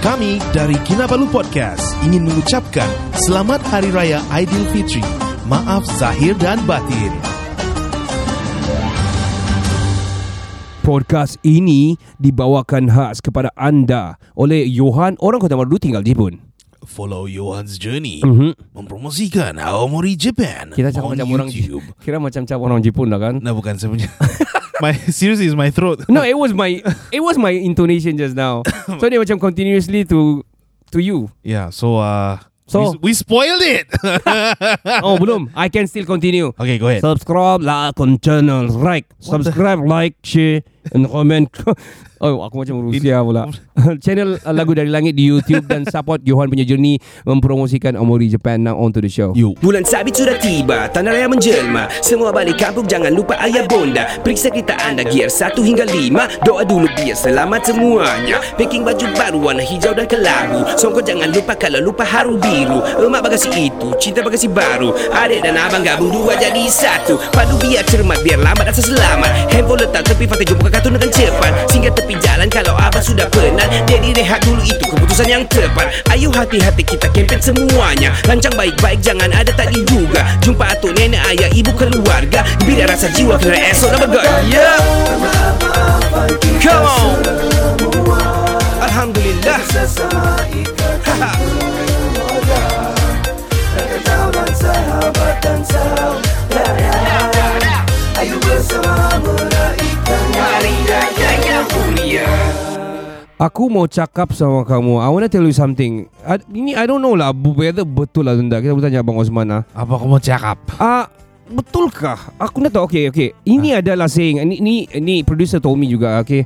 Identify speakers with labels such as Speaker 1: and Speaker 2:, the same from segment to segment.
Speaker 1: Kami dari Kinabalu Podcast ingin mengucapkan Selamat Hari Raya Aidilfitri. Maaf zahir dan batin.
Speaker 2: Podcast ini dibawakan khas kepada anda oleh Johan orang Kota Baru tinggal Jepun.
Speaker 1: Follow Johan's journey
Speaker 2: Mhm.
Speaker 1: mempromosikan Aomori Japan
Speaker 2: Kira macam
Speaker 1: on
Speaker 2: macam orang
Speaker 1: Oh, YouTube.
Speaker 2: kira macam macam orang Jepun lah kan.
Speaker 1: Nah, bukan saya punya. my seriously is my throat.
Speaker 2: No, it was my it was my intonation just now. So dia macam continuously to to you.
Speaker 1: Yeah, so uh
Speaker 2: So-
Speaker 1: we, we spoiled it.
Speaker 2: Oh belum, I can still continue.
Speaker 1: okay, go ahead.
Speaker 2: Subscribe, like on channel, like, subscribe, like, share, and comment. Oh, aku macam Rusia pula. channel uh, Lagu Dari Langit di YouTube dan support Johan punya journey mempromosikan Omori Japan now onto the show.
Speaker 1: You.
Speaker 3: Bulan sabit sudah tiba, tanah raya menjelma Semua balik kampung jangan lupa ayah bonda Periksa kereta anda gear 1 hingga 5 Doa dulu biar selamat semuanya Packing baju baru warna hijau dan kelabu Songkok jangan lupa kalau lupa harum biru Emak bagasi itu, cinta bagasi baru Adik dan abang gabung dua jadi satu Padu biar cermat, biar lambat asal selamat Handphone letak tepi, patah jumpa kartun dengan cepat Singgah tepi jalan kalau abang sudah penat Jadi rehat dulu itu keputusan yang tepat Ayo hati-hati kita kempen semuanya Rancang baik-baik jangan ada tadi juga Jumpa atuk nenek ayah ibu keluarga Bila rasa jiwa kerana esok dah bergaya Come on Alhamdulillah Ha-ha. Hari Raya yang mulia
Speaker 2: Aku mau cakap sama kamu. I want to tell you something. I, ini I don't know lah bu- whether betul lah Zunda. Kita boleh tanya Abang Osman lah.
Speaker 1: Apa kamu cakap?
Speaker 2: Ah, betulkah? Aku nak tahu. Okay, okay.
Speaker 1: Ah.
Speaker 2: Ini adalah saying. Ini, ini, ini producer told me juga. Okay.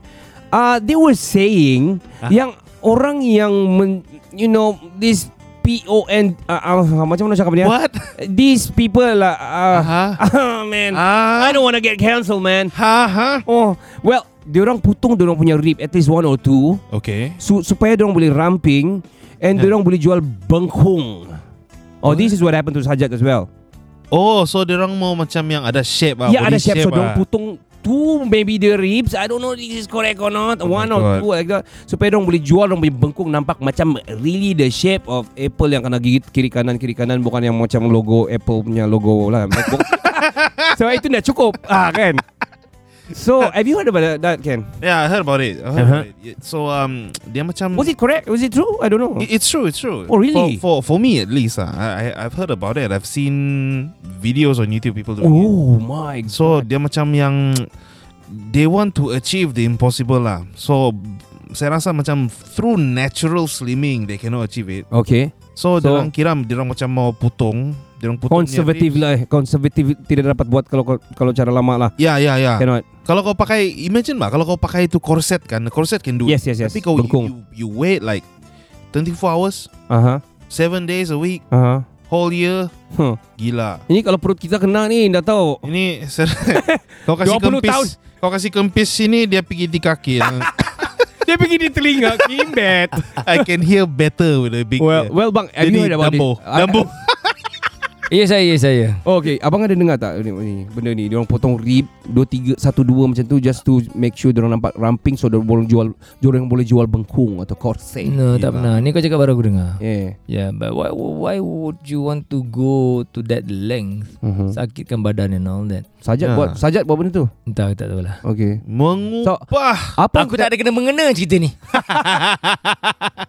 Speaker 2: Ah, they were saying
Speaker 1: Ah.
Speaker 2: yang orang yang men, you know this P O N ah, ah, macam mana cakap dia?
Speaker 1: What? Ha?
Speaker 2: These people lah. ah,
Speaker 1: Aha.
Speaker 2: ah, man,
Speaker 1: Ah.
Speaker 2: I don't want to get cancelled, man.
Speaker 1: Ha ha.
Speaker 2: Oh, well, diorang putung diorang punya rib at least one or two
Speaker 1: Okay.
Speaker 2: su- supaya diorang boleh ramping and diorang boleh jual bengkung. Oh, this is what happened to Sajat as well.
Speaker 1: Oh, so dia orang mau macam yang ada shape ah.
Speaker 2: Ya yeah,
Speaker 1: body
Speaker 2: ada chef so
Speaker 1: ah.
Speaker 2: diorang putung two maybe the ribs. I don't know if this is correct or not.
Speaker 1: Oh my
Speaker 2: One or
Speaker 1: God.
Speaker 2: two like that. Supaya diorang boleh jual diorang punya bengkung nampak macam really the shape of apple yang kena gigit kiri kanan kiri kanan bukan yang macam logo Apple punya logo lah. MacBook. so itu dah cukup. Ah kan. So have you heard about that, that Ken?
Speaker 1: Yeah, I heard about it. I heard
Speaker 2: Uh-huh.
Speaker 1: about it. So um, dia macam
Speaker 2: Was it correct? Was it true? I don't know.
Speaker 1: It- It's true. It's true.
Speaker 2: Oh, really?
Speaker 1: For for, for me at least, ah, I I- I've heard about it. I've seen videos on YouTube people doing it.
Speaker 2: Oh my god.
Speaker 1: So dia macam yang they want to achieve the impossible lah. So saya rasa macam through natural slimming they cannot achieve it.
Speaker 2: Okay.
Speaker 1: So,
Speaker 2: So-
Speaker 1: so orang kira orang macam mau putung, orang putung punya
Speaker 2: Konservatif
Speaker 1: ribs.
Speaker 2: lah. Konservatif tidak dapat buat kalau kalau cara lama lah.
Speaker 1: Ya ya ya.
Speaker 2: Cannot.
Speaker 1: Kalau kau pakai imagine lah kalau kau pakai itu corset kan, corset can do. it.
Speaker 2: Yes, yes, yes.
Speaker 1: Tapi kau you,
Speaker 2: Bengkung.
Speaker 1: you, you wait like 24 hours,
Speaker 2: Aha.
Speaker 1: 7 days a week,
Speaker 2: Aha.
Speaker 1: whole year.
Speaker 2: Huh.
Speaker 1: Gila.
Speaker 2: Ini kalau perut kita kena nih, nggak tahu.
Speaker 1: Ini ser- kau kasih
Speaker 2: 20
Speaker 1: kempis,
Speaker 2: tahun.
Speaker 1: kau kasih kempis sini dia pergi di kaki.
Speaker 2: Dia pergi di telinga, kimbet.
Speaker 1: I can hear better with a big ear.
Speaker 2: well, well bang, have you
Speaker 1: Jadi
Speaker 2: heard about
Speaker 1: Dumbo,
Speaker 2: this? I-
Speaker 1: Dumbo.
Speaker 4: Ya saya, ya saya.
Speaker 2: Oh, okay, abang ada dengar tak ni, ni benda ni? Dia orang potong rib 2 3 1 2 macam tu just to make sure dia orang nampak ramping so dia boleh jual dia orang boleh jual bengkung atau korset.
Speaker 3: Hmm.
Speaker 4: No, tak pernah. Ni kau cakap baru aku dengar.
Speaker 2: Yeah.
Speaker 4: Eh, Yeah, but why why would you want to go to that length?
Speaker 3: Hmm.
Speaker 2: Mhm.
Speaker 4: Sakitkan badan and all that.
Speaker 1: Ah.
Speaker 2: Sajat buat sajat buat benda tu.
Speaker 4: Entah aku tak tahulah.
Speaker 2: Okay.
Speaker 1: Mengupah.
Speaker 2: Apa
Speaker 4: Aku tak ada kena mengena cerita ni.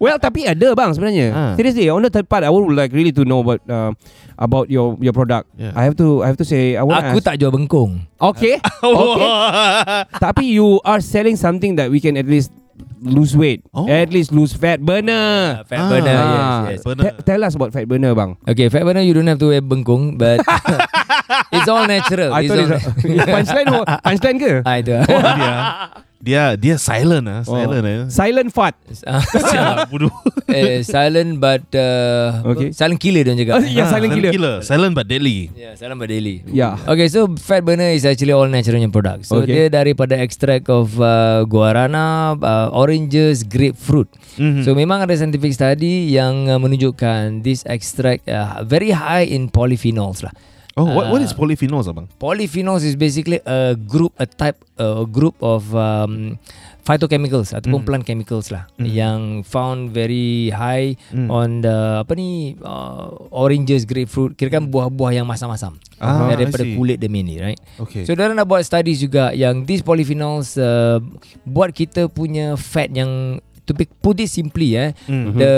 Speaker 2: Well tapi ada bang sebenarnya.
Speaker 1: Ah.
Speaker 2: Seriously on the third part I would like really to know about uh, about your your product.
Speaker 1: Yeah.
Speaker 2: I have to I have to say I want
Speaker 4: Aku tak Oh. jual bengkung.
Speaker 2: Okay. okay. tapi you are selling something that we can at least lose weight.
Speaker 1: Oh.
Speaker 2: At least lose fat burner.
Speaker 4: Uh, fat
Speaker 1: Ah.
Speaker 4: burner, yes,
Speaker 2: Ah.
Speaker 4: yes.
Speaker 1: Burner.
Speaker 2: Te- tell us about fat burner bang.
Speaker 4: Okay, fat burner you don't have to wear bengkung but it's all natural.
Speaker 2: I thought it's a- punchline or- punchline ke?
Speaker 4: Ah, itu.
Speaker 1: Oh, dia, dia dia silent ah, silent eh.
Speaker 2: Oh. Silent fat.
Speaker 1: Siap, bodoh.
Speaker 4: Eh, silent but uh,
Speaker 2: Okay.
Speaker 4: okay. silent killer dia orang cakap.
Speaker 2: Oh, yeah,
Speaker 4: Ah.
Speaker 2: silent killer.
Speaker 1: Silent but deadly.
Speaker 4: Yeah, silent but daily.
Speaker 2: Yeah.
Speaker 4: Okay, so fat burner is actually all natural punya product.
Speaker 2: Okay.
Speaker 4: So okay. dia daripada extract of uh, guarana, uh, oranges, grapefruit. Mm-hmm. So memang ada scientific study yang uh, menunjukkan this extract uh, very high in polyphenols lah.
Speaker 1: Oh, what what is
Speaker 2: uh,
Speaker 1: polyphenols abang?
Speaker 4: Polyphenols is basically a group, a type, a group of um, phytochemicals ataupun
Speaker 1: Hmm.
Speaker 4: plant chemicals lah yang found very high
Speaker 1: Hmm. Mm.
Speaker 2: Oh,
Speaker 4: on the apa ni uh, oranges, grapefruit, kira kan buah-buah yang masam-masam
Speaker 1: Hmm. Ah, I
Speaker 4: daripada
Speaker 1: see.
Speaker 4: kulit dia mainly, right?
Speaker 1: Okay.
Speaker 4: So diorang nak buat studies juga yang these polyphenols uh, buat kita punya fat yang to be, put it simply eh
Speaker 1: Mhm.
Speaker 4: the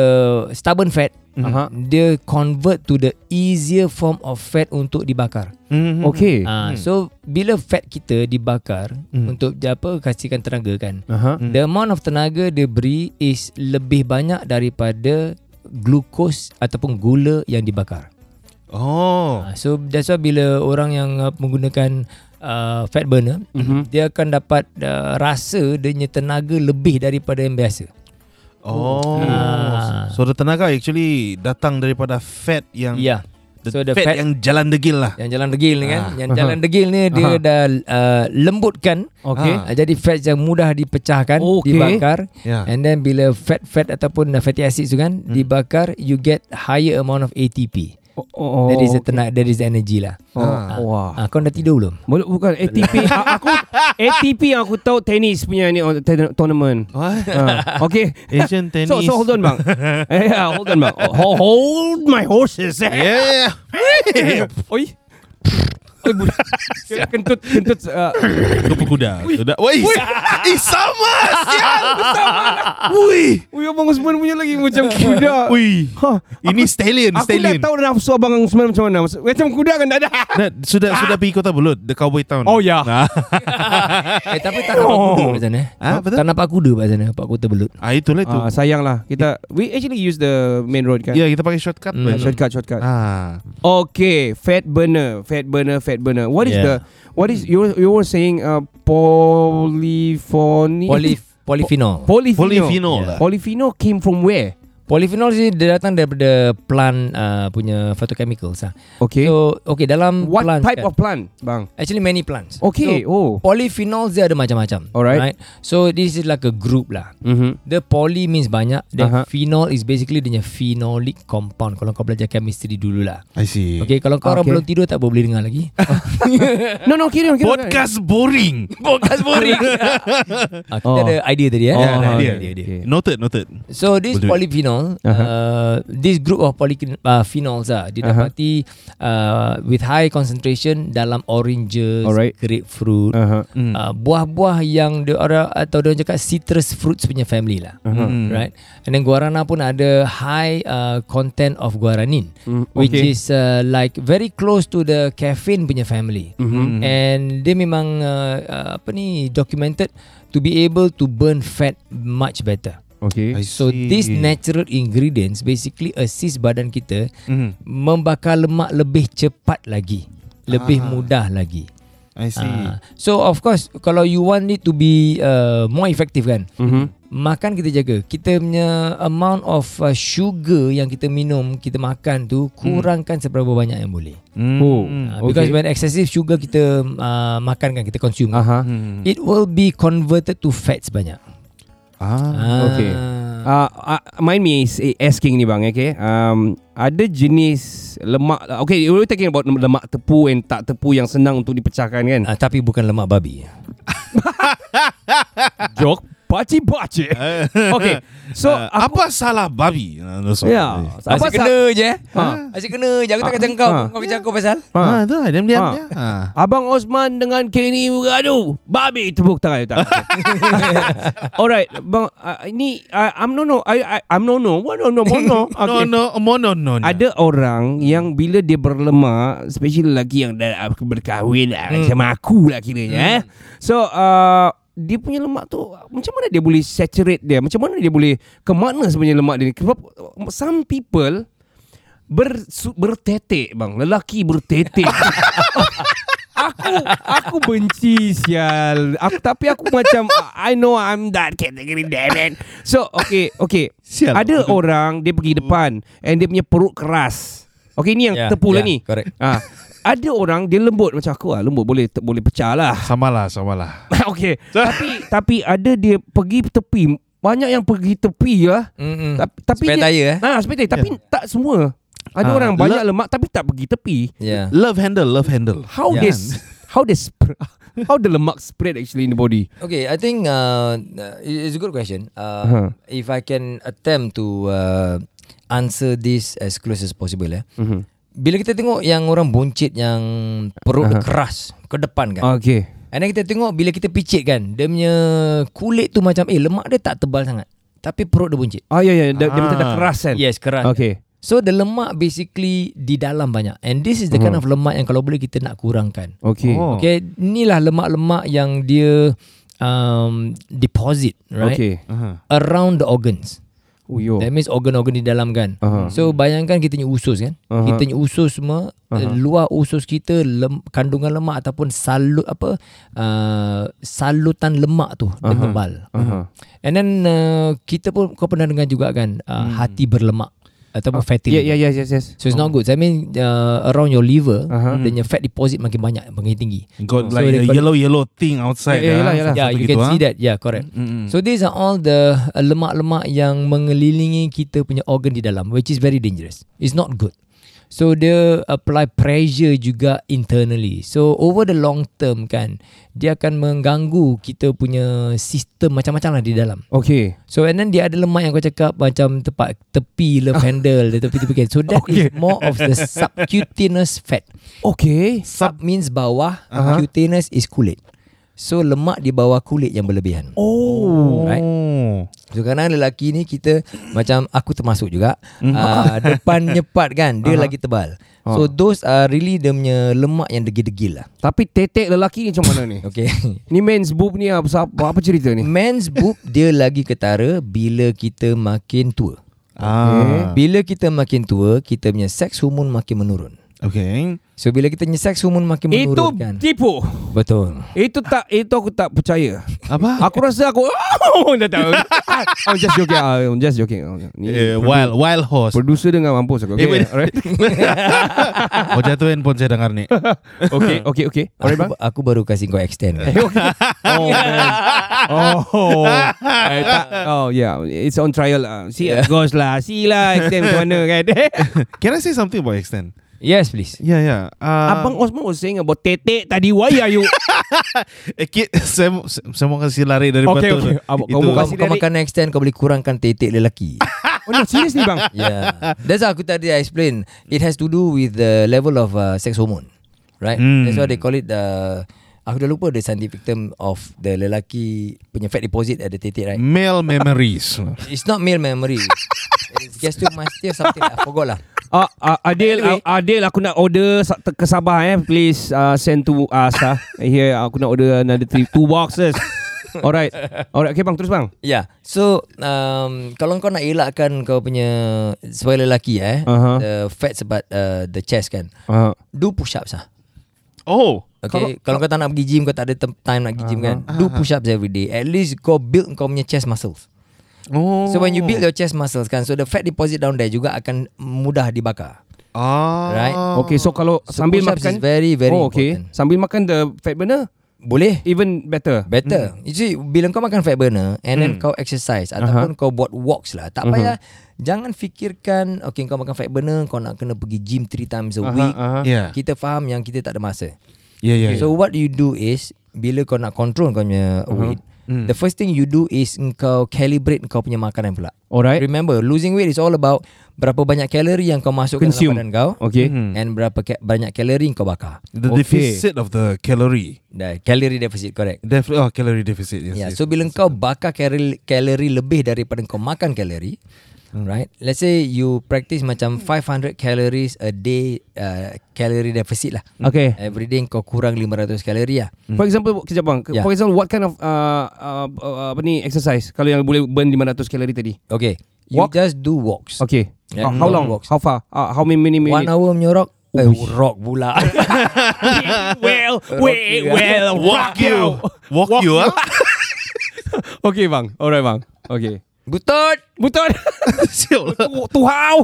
Speaker 4: stubborn fat
Speaker 1: Uh-huh.
Speaker 2: Aha.
Speaker 4: dia convert to the easier form of fat untuk dibakar.
Speaker 1: Mhm.
Speaker 2: Okay.
Speaker 4: Ah so bila fat kita dibakar
Speaker 1: Mhm.
Speaker 4: untuk apa kasihkan tenaga kan.
Speaker 1: Uh-huh.
Speaker 2: Aha.
Speaker 1: Hmm.
Speaker 4: The amount of tenaga dia beri is lebih banyak daripada glukos ataupun gula yang dibakar.
Speaker 1: Oh.
Speaker 4: Ah, So that's why bila orang yang uh, menggunakan uh, fat burner, mm-hmm. dia akan dapat uh, rasa dia punya tenaga lebih daripada yang biasa.
Speaker 1: Oh.
Speaker 4: Ah.
Speaker 1: So the tenaga actually datang daripada fat yang
Speaker 4: Ya. Yeah.
Speaker 1: the,
Speaker 4: So, the
Speaker 1: fat,
Speaker 4: fat-
Speaker 1: yang jalan degil lah.
Speaker 4: Yang jalan degil ni kan,
Speaker 1: Ah.
Speaker 4: yang jalan degil ni dia
Speaker 2: Aha.
Speaker 4: dah uh, lembutkan.
Speaker 2: Okay.
Speaker 1: Ah. Oh,
Speaker 4: Ah, Jadi fat yang mudah dipecahkan,
Speaker 2: Okey.
Speaker 4: dibakar.
Speaker 1: Ya.
Speaker 2: Ah.
Speaker 4: And then bila fat-fat ataupun uh, fatty acids tu
Speaker 2: Hmm.
Speaker 4: kan dibakar, you get higher amount of ATP.
Speaker 2: Oh, oh,
Speaker 4: that is the
Speaker 2: okay.
Speaker 4: tenaga, that is the energy lah.
Speaker 2: Oh,
Speaker 1: Ah.
Speaker 2: Wah.
Speaker 4: Ah, kau dah tidur belum?
Speaker 2: Boleh bukan ATP A- aku ATP yang aku tahu tenis punya ni oh, ten- tournament.
Speaker 1: What?
Speaker 2: Ah, okay.
Speaker 1: Asian tennis.
Speaker 2: So so hold on bang. Eh, yeah, hold on bang. Oh, ho- hold my horses. Eh.
Speaker 1: Yeah.
Speaker 2: Oi. Oi, bu- kentut kentut uh,
Speaker 1: Itu kuda. Sudah. Woi. Eh sama. Sial. Wui.
Speaker 2: Ui abang Usman punya lagi macam kuda.
Speaker 1: Wui.
Speaker 2: Ha,
Speaker 1: Ini stallion,
Speaker 2: aku dah
Speaker 1: stallion.
Speaker 2: tahu nafsu abang Usman macam mana. Macam kuda kan tak ada.
Speaker 1: Nah, sudah sudah pergi Kota Belut, the Cowboy Town.
Speaker 2: Oh, ya.
Speaker 1: Ah,
Speaker 4: Eh tapi tak nampak kuda kat sana. eh.
Speaker 1: Ah, betul.
Speaker 4: Tak nampak kuda kat sana, nampak kuda belut.
Speaker 1: ah itulah itu.
Speaker 2: Ah, sayanglah kita we actually use the main road kan.
Speaker 1: ya, kita pakai shortcut.
Speaker 4: Hmm,
Speaker 1: Pak.
Speaker 2: Shortcut shortcut.
Speaker 1: Ah.
Speaker 2: Okay, fat burner, fat burner, fat burner. What is
Speaker 4: Yeah.
Speaker 2: the what is you you were saying uh, polyphony
Speaker 4: Poly polyphenol.
Speaker 2: polyphenol.
Speaker 1: Polyphenol.
Speaker 4: Yeah.
Speaker 1: lah.
Speaker 2: Polyphenol came from where?
Speaker 4: Polyphenol ni dia datang daripada plant uh, punya phytochemicals ah.
Speaker 2: Okay. So,
Speaker 4: So okay dalam
Speaker 2: what
Speaker 4: plants
Speaker 2: type
Speaker 4: kan,
Speaker 2: of plant, bang?
Speaker 4: actually many plants.
Speaker 2: Okay.
Speaker 4: So,
Speaker 2: oh.
Speaker 4: polyphenols dia ada macam-macam.
Speaker 2: Alright.
Speaker 4: Right? So this is like a group lah.
Speaker 2: Mhm.
Speaker 4: The poly means banyak Then
Speaker 2: Aha.
Speaker 4: phenol is basically Dia punya phenolic compound Kalau kau belajar chemistry dulu lah
Speaker 1: I see.
Speaker 4: Okay kalau kau orang
Speaker 2: Okay.
Speaker 4: belum tidur Tak boleh dengar lagi
Speaker 2: No no, carry on, carry on.
Speaker 1: Podcast boring.
Speaker 4: Podcast boring ah, Kita
Speaker 2: Oh.
Speaker 4: ada idea tadi ya
Speaker 2: Oh,
Speaker 1: Yeah,
Speaker 2: okay,
Speaker 1: idea.
Speaker 2: okay, okay.
Speaker 1: Noted, noted.
Speaker 4: So this
Speaker 1: Boleh.
Speaker 4: polyphenol,
Speaker 2: Aha.
Speaker 4: uh, this group of polyphenols uh, phenols ah didapati uh, with high concentration dalam oranges,
Speaker 2: Alright.
Speaker 4: grapefruit, uh.
Speaker 2: Uh-huh.
Speaker 1: Mm.
Speaker 4: Uh, buah-buah yang dia orang atau dia orang cakap citrus fruits punya family lah.
Speaker 2: Uh-huh.
Speaker 1: Mm.
Speaker 4: Right, and then guarana pun ada high uh, content of guaranin,
Speaker 2: Mm,
Speaker 4: which
Speaker 2: okay.
Speaker 4: is uh, like very close to the caffeine punya family.
Speaker 1: Hmm.
Speaker 2: Mhm.
Speaker 4: And dia memang uh, uh, apa ni documented to be able to burn fat much better.
Speaker 2: Okay.
Speaker 1: I
Speaker 4: So
Speaker 1: see.
Speaker 4: these natural ingredients basically assist badan kita
Speaker 1: Mm.
Speaker 4: membakar lemak lebih cepat lagi, lebih
Speaker 1: Ah.
Speaker 4: mudah lagi.
Speaker 1: I see.
Speaker 4: Ah. So of course kalau you want it to be uh, more effective kan,
Speaker 2: Mhm.
Speaker 4: makan kita jaga. Kita punya amount of uh, sugar yang kita minum, kita
Speaker 2: Hmm.
Speaker 4: makan tu kurangkan seberapa banyak yang boleh.
Speaker 1: Mm.
Speaker 2: Oh.
Speaker 4: Ah,
Speaker 1: Mm.
Speaker 2: Okay.
Speaker 4: Because
Speaker 2: Ah.
Speaker 4: when excessive sugar kita uh, makan kan, kita consume. kan,
Speaker 2: Aha.
Speaker 1: Mm.
Speaker 4: It will be converted to fats banyak.
Speaker 1: Ah.
Speaker 4: Ah.
Speaker 2: okay. Uh, uh, mind me is eh, asking ni bang, okay? Um, ada jenis lemak, okay, you were talking about lemak tepu and tak tepu yang senang untuk dipecahkan kan?
Speaker 4: Ah, tapi bukan lemak babi.
Speaker 2: joke baci baci. Okay, so
Speaker 1: Uh, apa salah babi? Uh, no, sorry.
Speaker 2: Ya,
Speaker 1: Ah,
Speaker 2: apa
Speaker 4: Asyik kena je eh.
Speaker 2: Ha.
Speaker 4: Asyik kena je. Aku tak
Speaker 2: Ha.
Speaker 4: kacau kau.
Speaker 2: Ha.
Speaker 4: Kau kacau kau pasal?
Speaker 2: Ha.
Speaker 1: ah, tu lah, diam-diam
Speaker 2: Ah.
Speaker 1: dia. Ah.
Speaker 2: Abang Osman dengan Kenny Aduh Babi tepuk tangan tak. Alright Bang uh, Ini uh, I'm no no I, I, I'm no no What no no what Oh, no
Speaker 1: No,
Speaker 2: Okay.
Speaker 1: no, mono, no.
Speaker 2: Ada orang yang bila dia berlemak Especially lelaki yang dah berkahwin lah hmm. Macam aku lah kiranya hmm. eh. So uh, dia punya lemak tu Macam mana dia boleh saturate dia Macam mana dia boleh Ke mana sebenarnya lemak dia ni Sebab uh, some people ber, su- bertetek bang Lelaki bertetek Aku aku benci sial. Aku tapi aku macam I know I'm that category damn it. So okay okay.
Speaker 1: Sial.
Speaker 2: Ada orang dia pergi depan and dia punya perut keras. Okay ni yang yeah,
Speaker 4: Ya,
Speaker 2: tepu lah
Speaker 4: ya,
Speaker 2: ni.
Speaker 4: correct.
Speaker 2: Ah, ada orang dia lembut macam aku ah lembut boleh te- boleh pecah lah.
Speaker 1: Sama lah, sama lah.
Speaker 2: okay. tapi tapi ada dia pergi tepi banyak yang pergi tepi lah.
Speaker 4: Mm-mm.
Speaker 2: Tapi, tapi
Speaker 4: Hmm. Spare
Speaker 2: dia,
Speaker 4: tire, eh?
Speaker 2: Ah, spare tire. Tapi tak semua. Ada
Speaker 1: Ah,
Speaker 2: orang banyak lemak tapi tak pergi tepi.
Speaker 4: Yeah.
Speaker 1: Love handle, love handle.
Speaker 2: How
Speaker 4: Yeah.
Speaker 2: this how the sp- how the lemak spread actually in the body?
Speaker 4: Okay, I think uh, uh, it- it's a good question.
Speaker 2: Uh-huh.
Speaker 4: Uh, If I can attempt to uh, answer this as close as possible, eh.
Speaker 2: Mm-hmm.
Speaker 4: Bila kita tengok yang orang buncit yang perut uh-huh. keras ke depan kan.
Speaker 2: Okay.
Speaker 4: And then kita tengok bila kita picit kan, dia punya kulit tu macam eh lemak dia tak tebal sangat. Tapi perut dia buncit.
Speaker 2: Oh yeah yeah. Dia, dia macam dah
Speaker 1: Ah.
Speaker 2: keras kan?
Speaker 4: Yes, keras.
Speaker 2: Okay.
Speaker 4: So the lemak basically di dalam banyak. And this is the
Speaker 2: Uh-huh.
Speaker 4: kind of lemak yang kalau boleh kita nak kurangkan.
Speaker 2: Okay.
Speaker 1: Oh.
Speaker 4: Okay, inilah lemak-lemak yang dia um, deposit, right?
Speaker 2: Okay.
Speaker 1: Uh-huh.
Speaker 4: Around the organs.
Speaker 2: Oh Uh-huh. yo.
Speaker 4: That means organ-organ di dalam kan.
Speaker 2: Aha.
Speaker 4: So bayangkan kita punya usus kan.
Speaker 2: Aha.
Speaker 4: Kita punya usus semua uh luar usus kita lem, kandungan lemak ataupun salut apa uh, salutan lemak tu dia tebal.
Speaker 2: Uh-huh.
Speaker 4: And then uh, kita pun kau pernah dengar juga kan uh, hati berlemak ataupun fatty.
Speaker 2: Ah. Yeah yeah
Speaker 4: liver.
Speaker 2: yes yes yes.
Speaker 4: So it's not good. So, I mean uh, around your liver,
Speaker 2: Aha.
Speaker 4: uh-huh. then your fat deposit makin banyak, makin tinggi.
Speaker 1: Got
Speaker 4: So
Speaker 1: like a
Speaker 4: they call it-
Speaker 1: yellow yellow thing outside.
Speaker 2: Yeah, yeah,
Speaker 1: ah,
Speaker 2: yelah, yelah.
Speaker 4: Yeah,
Speaker 1: satu
Speaker 4: you
Speaker 1: gitu,
Speaker 4: can
Speaker 1: ah.
Speaker 4: see that. Yeah, correct.
Speaker 1: Mm-mm.
Speaker 4: So these are all the uh, lemak-lemak yang mengelilingi kita punya organ di dalam which is very dangerous. It's not good. So dia apply pressure juga internally. So over the long term kan dia akan mengganggu kita punya sistem macam-macam lah di dalam.
Speaker 2: Okay.
Speaker 4: So and then dia ada lemak yang kau cakap macam tepat tepi love handle dia tepi-tepi kan. So that is more of the subcutaneous fat.
Speaker 2: Okay.
Speaker 4: Sub means bawah, cutaneous is kulit. So lemak di bawah kulit yang berlebihan.
Speaker 2: Oh.
Speaker 4: Right?
Speaker 1: Oh.
Speaker 4: So kadang lelaki ni kita macam aku termasuk juga uh, depannya part kan dia lagi tebal. So those are really dia punya lemak yang degil-degil lah.
Speaker 2: Tapi tetek lelaki ni macam mana ni?
Speaker 4: Okay.
Speaker 2: Ni men's boob ni apa, apa, apa cerita ni?
Speaker 4: Men's boob dia lagi ketara bila kita makin tua. Eh,
Speaker 1: Ah.
Speaker 4: Bila kita makin tua, kita punya seks hormon makin menurun.
Speaker 1: Okay.
Speaker 4: So bila kita punya seks hormon makin
Speaker 2: Itu
Speaker 4: menurun kan.
Speaker 2: tipu.
Speaker 4: Betul.
Speaker 2: Itu tak itu aku tak percaya.
Speaker 1: Apa?
Speaker 2: Aku rasa aku dah tahu. I'm just joking. ah, I'm just joking. Ni
Speaker 1: Eh, wild wild horse.
Speaker 2: producer dengan mampus aku.
Speaker 1: Eh,
Speaker 2: Okay.
Speaker 1: betul.
Speaker 2: Alright.
Speaker 1: Oh jatuh handphone saya dengar ni.
Speaker 2: okay, okay, okay. Alright bang.
Speaker 4: Aku, aku baru kasih kau extend kan.
Speaker 2: Oh man. Oh. I tak, oh yeah, it's on trial. Uh, see, yeah. goes lah. See lah exam macam mana kan.
Speaker 1: Can I say something about extend?
Speaker 4: Yes please.
Speaker 1: Yeah, yeah. Uh,
Speaker 2: Abang Osman was saying about tetek tadi. Why are you?
Speaker 1: eh, kid, saya, mau- saya mau kasih lari dari
Speaker 2: Okay,
Speaker 1: batu.
Speaker 2: okay.
Speaker 1: tu.
Speaker 2: Abang,
Speaker 1: Itu.
Speaker 2: kamu
Speaker 4: Kau,
Speaker 2: kasih-
Speaker 4: kau makan extend kau boleh kurangkan tetek lelaki.
Speaker 2: oh no, seriously bang.
Speaker 4: yeah. That's how aku tadi I explain. It has to do with the level of uh, sex hormone. Right?
Speaker 1: Hmm.
Speaker 4: That's why they call it the Aku dah lupa the scientific term of the lelaki punya fat deposit at the titik right?
Speaker 1: Male memories.
Speaker 4: It's not male memory. It's gastrointestinal something. I forgot lah.
Speaker 2: Ah, ah, Adil, ah, Adil aku nak order sa- te- ke Sabah eh. Please uh, send to us ah. Here aku nak order another three, two boxes. Alright. Alright, okay bang, terus bang.
Speaker 4: Yeah. So um, kalau kau nak elakkan kau punya sebagai lelaki eh,
Speaker 2: Aha.
Speaker 4: the fats about uh, the chest kan.
Speaker 2: Uh,
Speaker 4: Do push ups lah.
Speaker 1: Oh.
Speaker 4: Okay, kalau, kau tak nak pergi gym, kau tak ada tem- time nak pergi gym kan. Do push ups every day. At least kau build kau punya chest muscles.
Speaker 1: Oh.
Speaker 4: So when you
Speaker 2: Hmm.
Speaker 4: build your chest muscles kan, so the fat deposit down there juga akan mudah dibakar.
Speaker 1: Ah.
Speaker 4: Right?
Speaker 2: okay, so kalau
Speaker 4: So
Speaker 2: sambil
Speaker 4: push-ups
Speaker 2: makan
Speaker 4: is very, very
Speaker 2: oh, okay.
Speaker 4: important.
Speaker 2: Sambil makan the fat burner
Speaker 4: Boleh?
Speaker 2: even better.
Speaker 4: Better. You see, bila kau makan fat burner and
Speaker 2: Hmm.
Speaker 4: then kau exercise ataupun kau buat walks lah, tak payah
Speaker 2: Hmm.
Speaker 4: jangan fikirkan okay kau makan fat burner, kau nak kena pergi gym 3 times a week.
Speaker 2: aha.
Speaker 1: Yeah.
Speaker 4: Kita faham yang kita tak ada masa.
Speaker 1: Yeah, yeah.
Speaker 4: So what you do is bila kau nak control kau punya weight,
Speaker 2: Hmm.
Speaker 4: the first thing you do is kau calibrate kau punya makanan pula.
Speaker 2: Alright.
Speaker 4: Remember, losing weight is all about berapa banyak kalori yang kau masukkan
Speaker 2: Consume.
Speaker 4: dalam badan kau
Speaker 2: Okay.
Speaker 1: Hmm.
Speaker 4: and berapa ka- banyak kalori yang kau bakar.
Speaker 1: the
Speaker 2: Okay.
Speaker 1: deficit of the calorie.
Speaker 4: Dah, calorie deficit, correct.
Speaker 1: Def- oh, calorie deficit. Yes.
Speaker 4: Yeah,
Speaker 1: yes.
Speaker 4: so bila kau bakar kalori, kalori lebih daripada kau makan kalori,
Speaker 1: Hmm.
Speaker 4: right? Let's say you practice macam 500 calories a day uh, calorie deficit lah.
Speaker 2: Okay.
Speaker 4: Every day kau kurang 500 kalori lah.
Speaker 2: For example, kejap bang.
Speaker 4: Yeah.
Speaker 2: For example, what kind of uh, uh, uh, apa ni exercise kalau yang boleh burn 500 kalori tadi?
Speaker 4: Okay. You
Speaker 2: Walk?
Speaker 4: just do walks.
Speaker 2: Okay.
Speaker 4: Yeah,
Speaker 2: Uh, how
Speaker 4: long
Speaker 2: long?
Speaker 4: walks.
Speaker 2: How far? Uh, how many many minutes?
Speaker 4: One hour menyorok Eh, rock pula
Speaker 2: well,
Speaker 4: wait, well,
Speaker 1: Walk you. Walk, you, ah.
Speaker 2: okay bang. Alright bang. Okay.
Speaker 4: Butut
Speaker 2: Betul.
Speaker 1: Sial lah.
Speaker 2: Tu- Tuhau.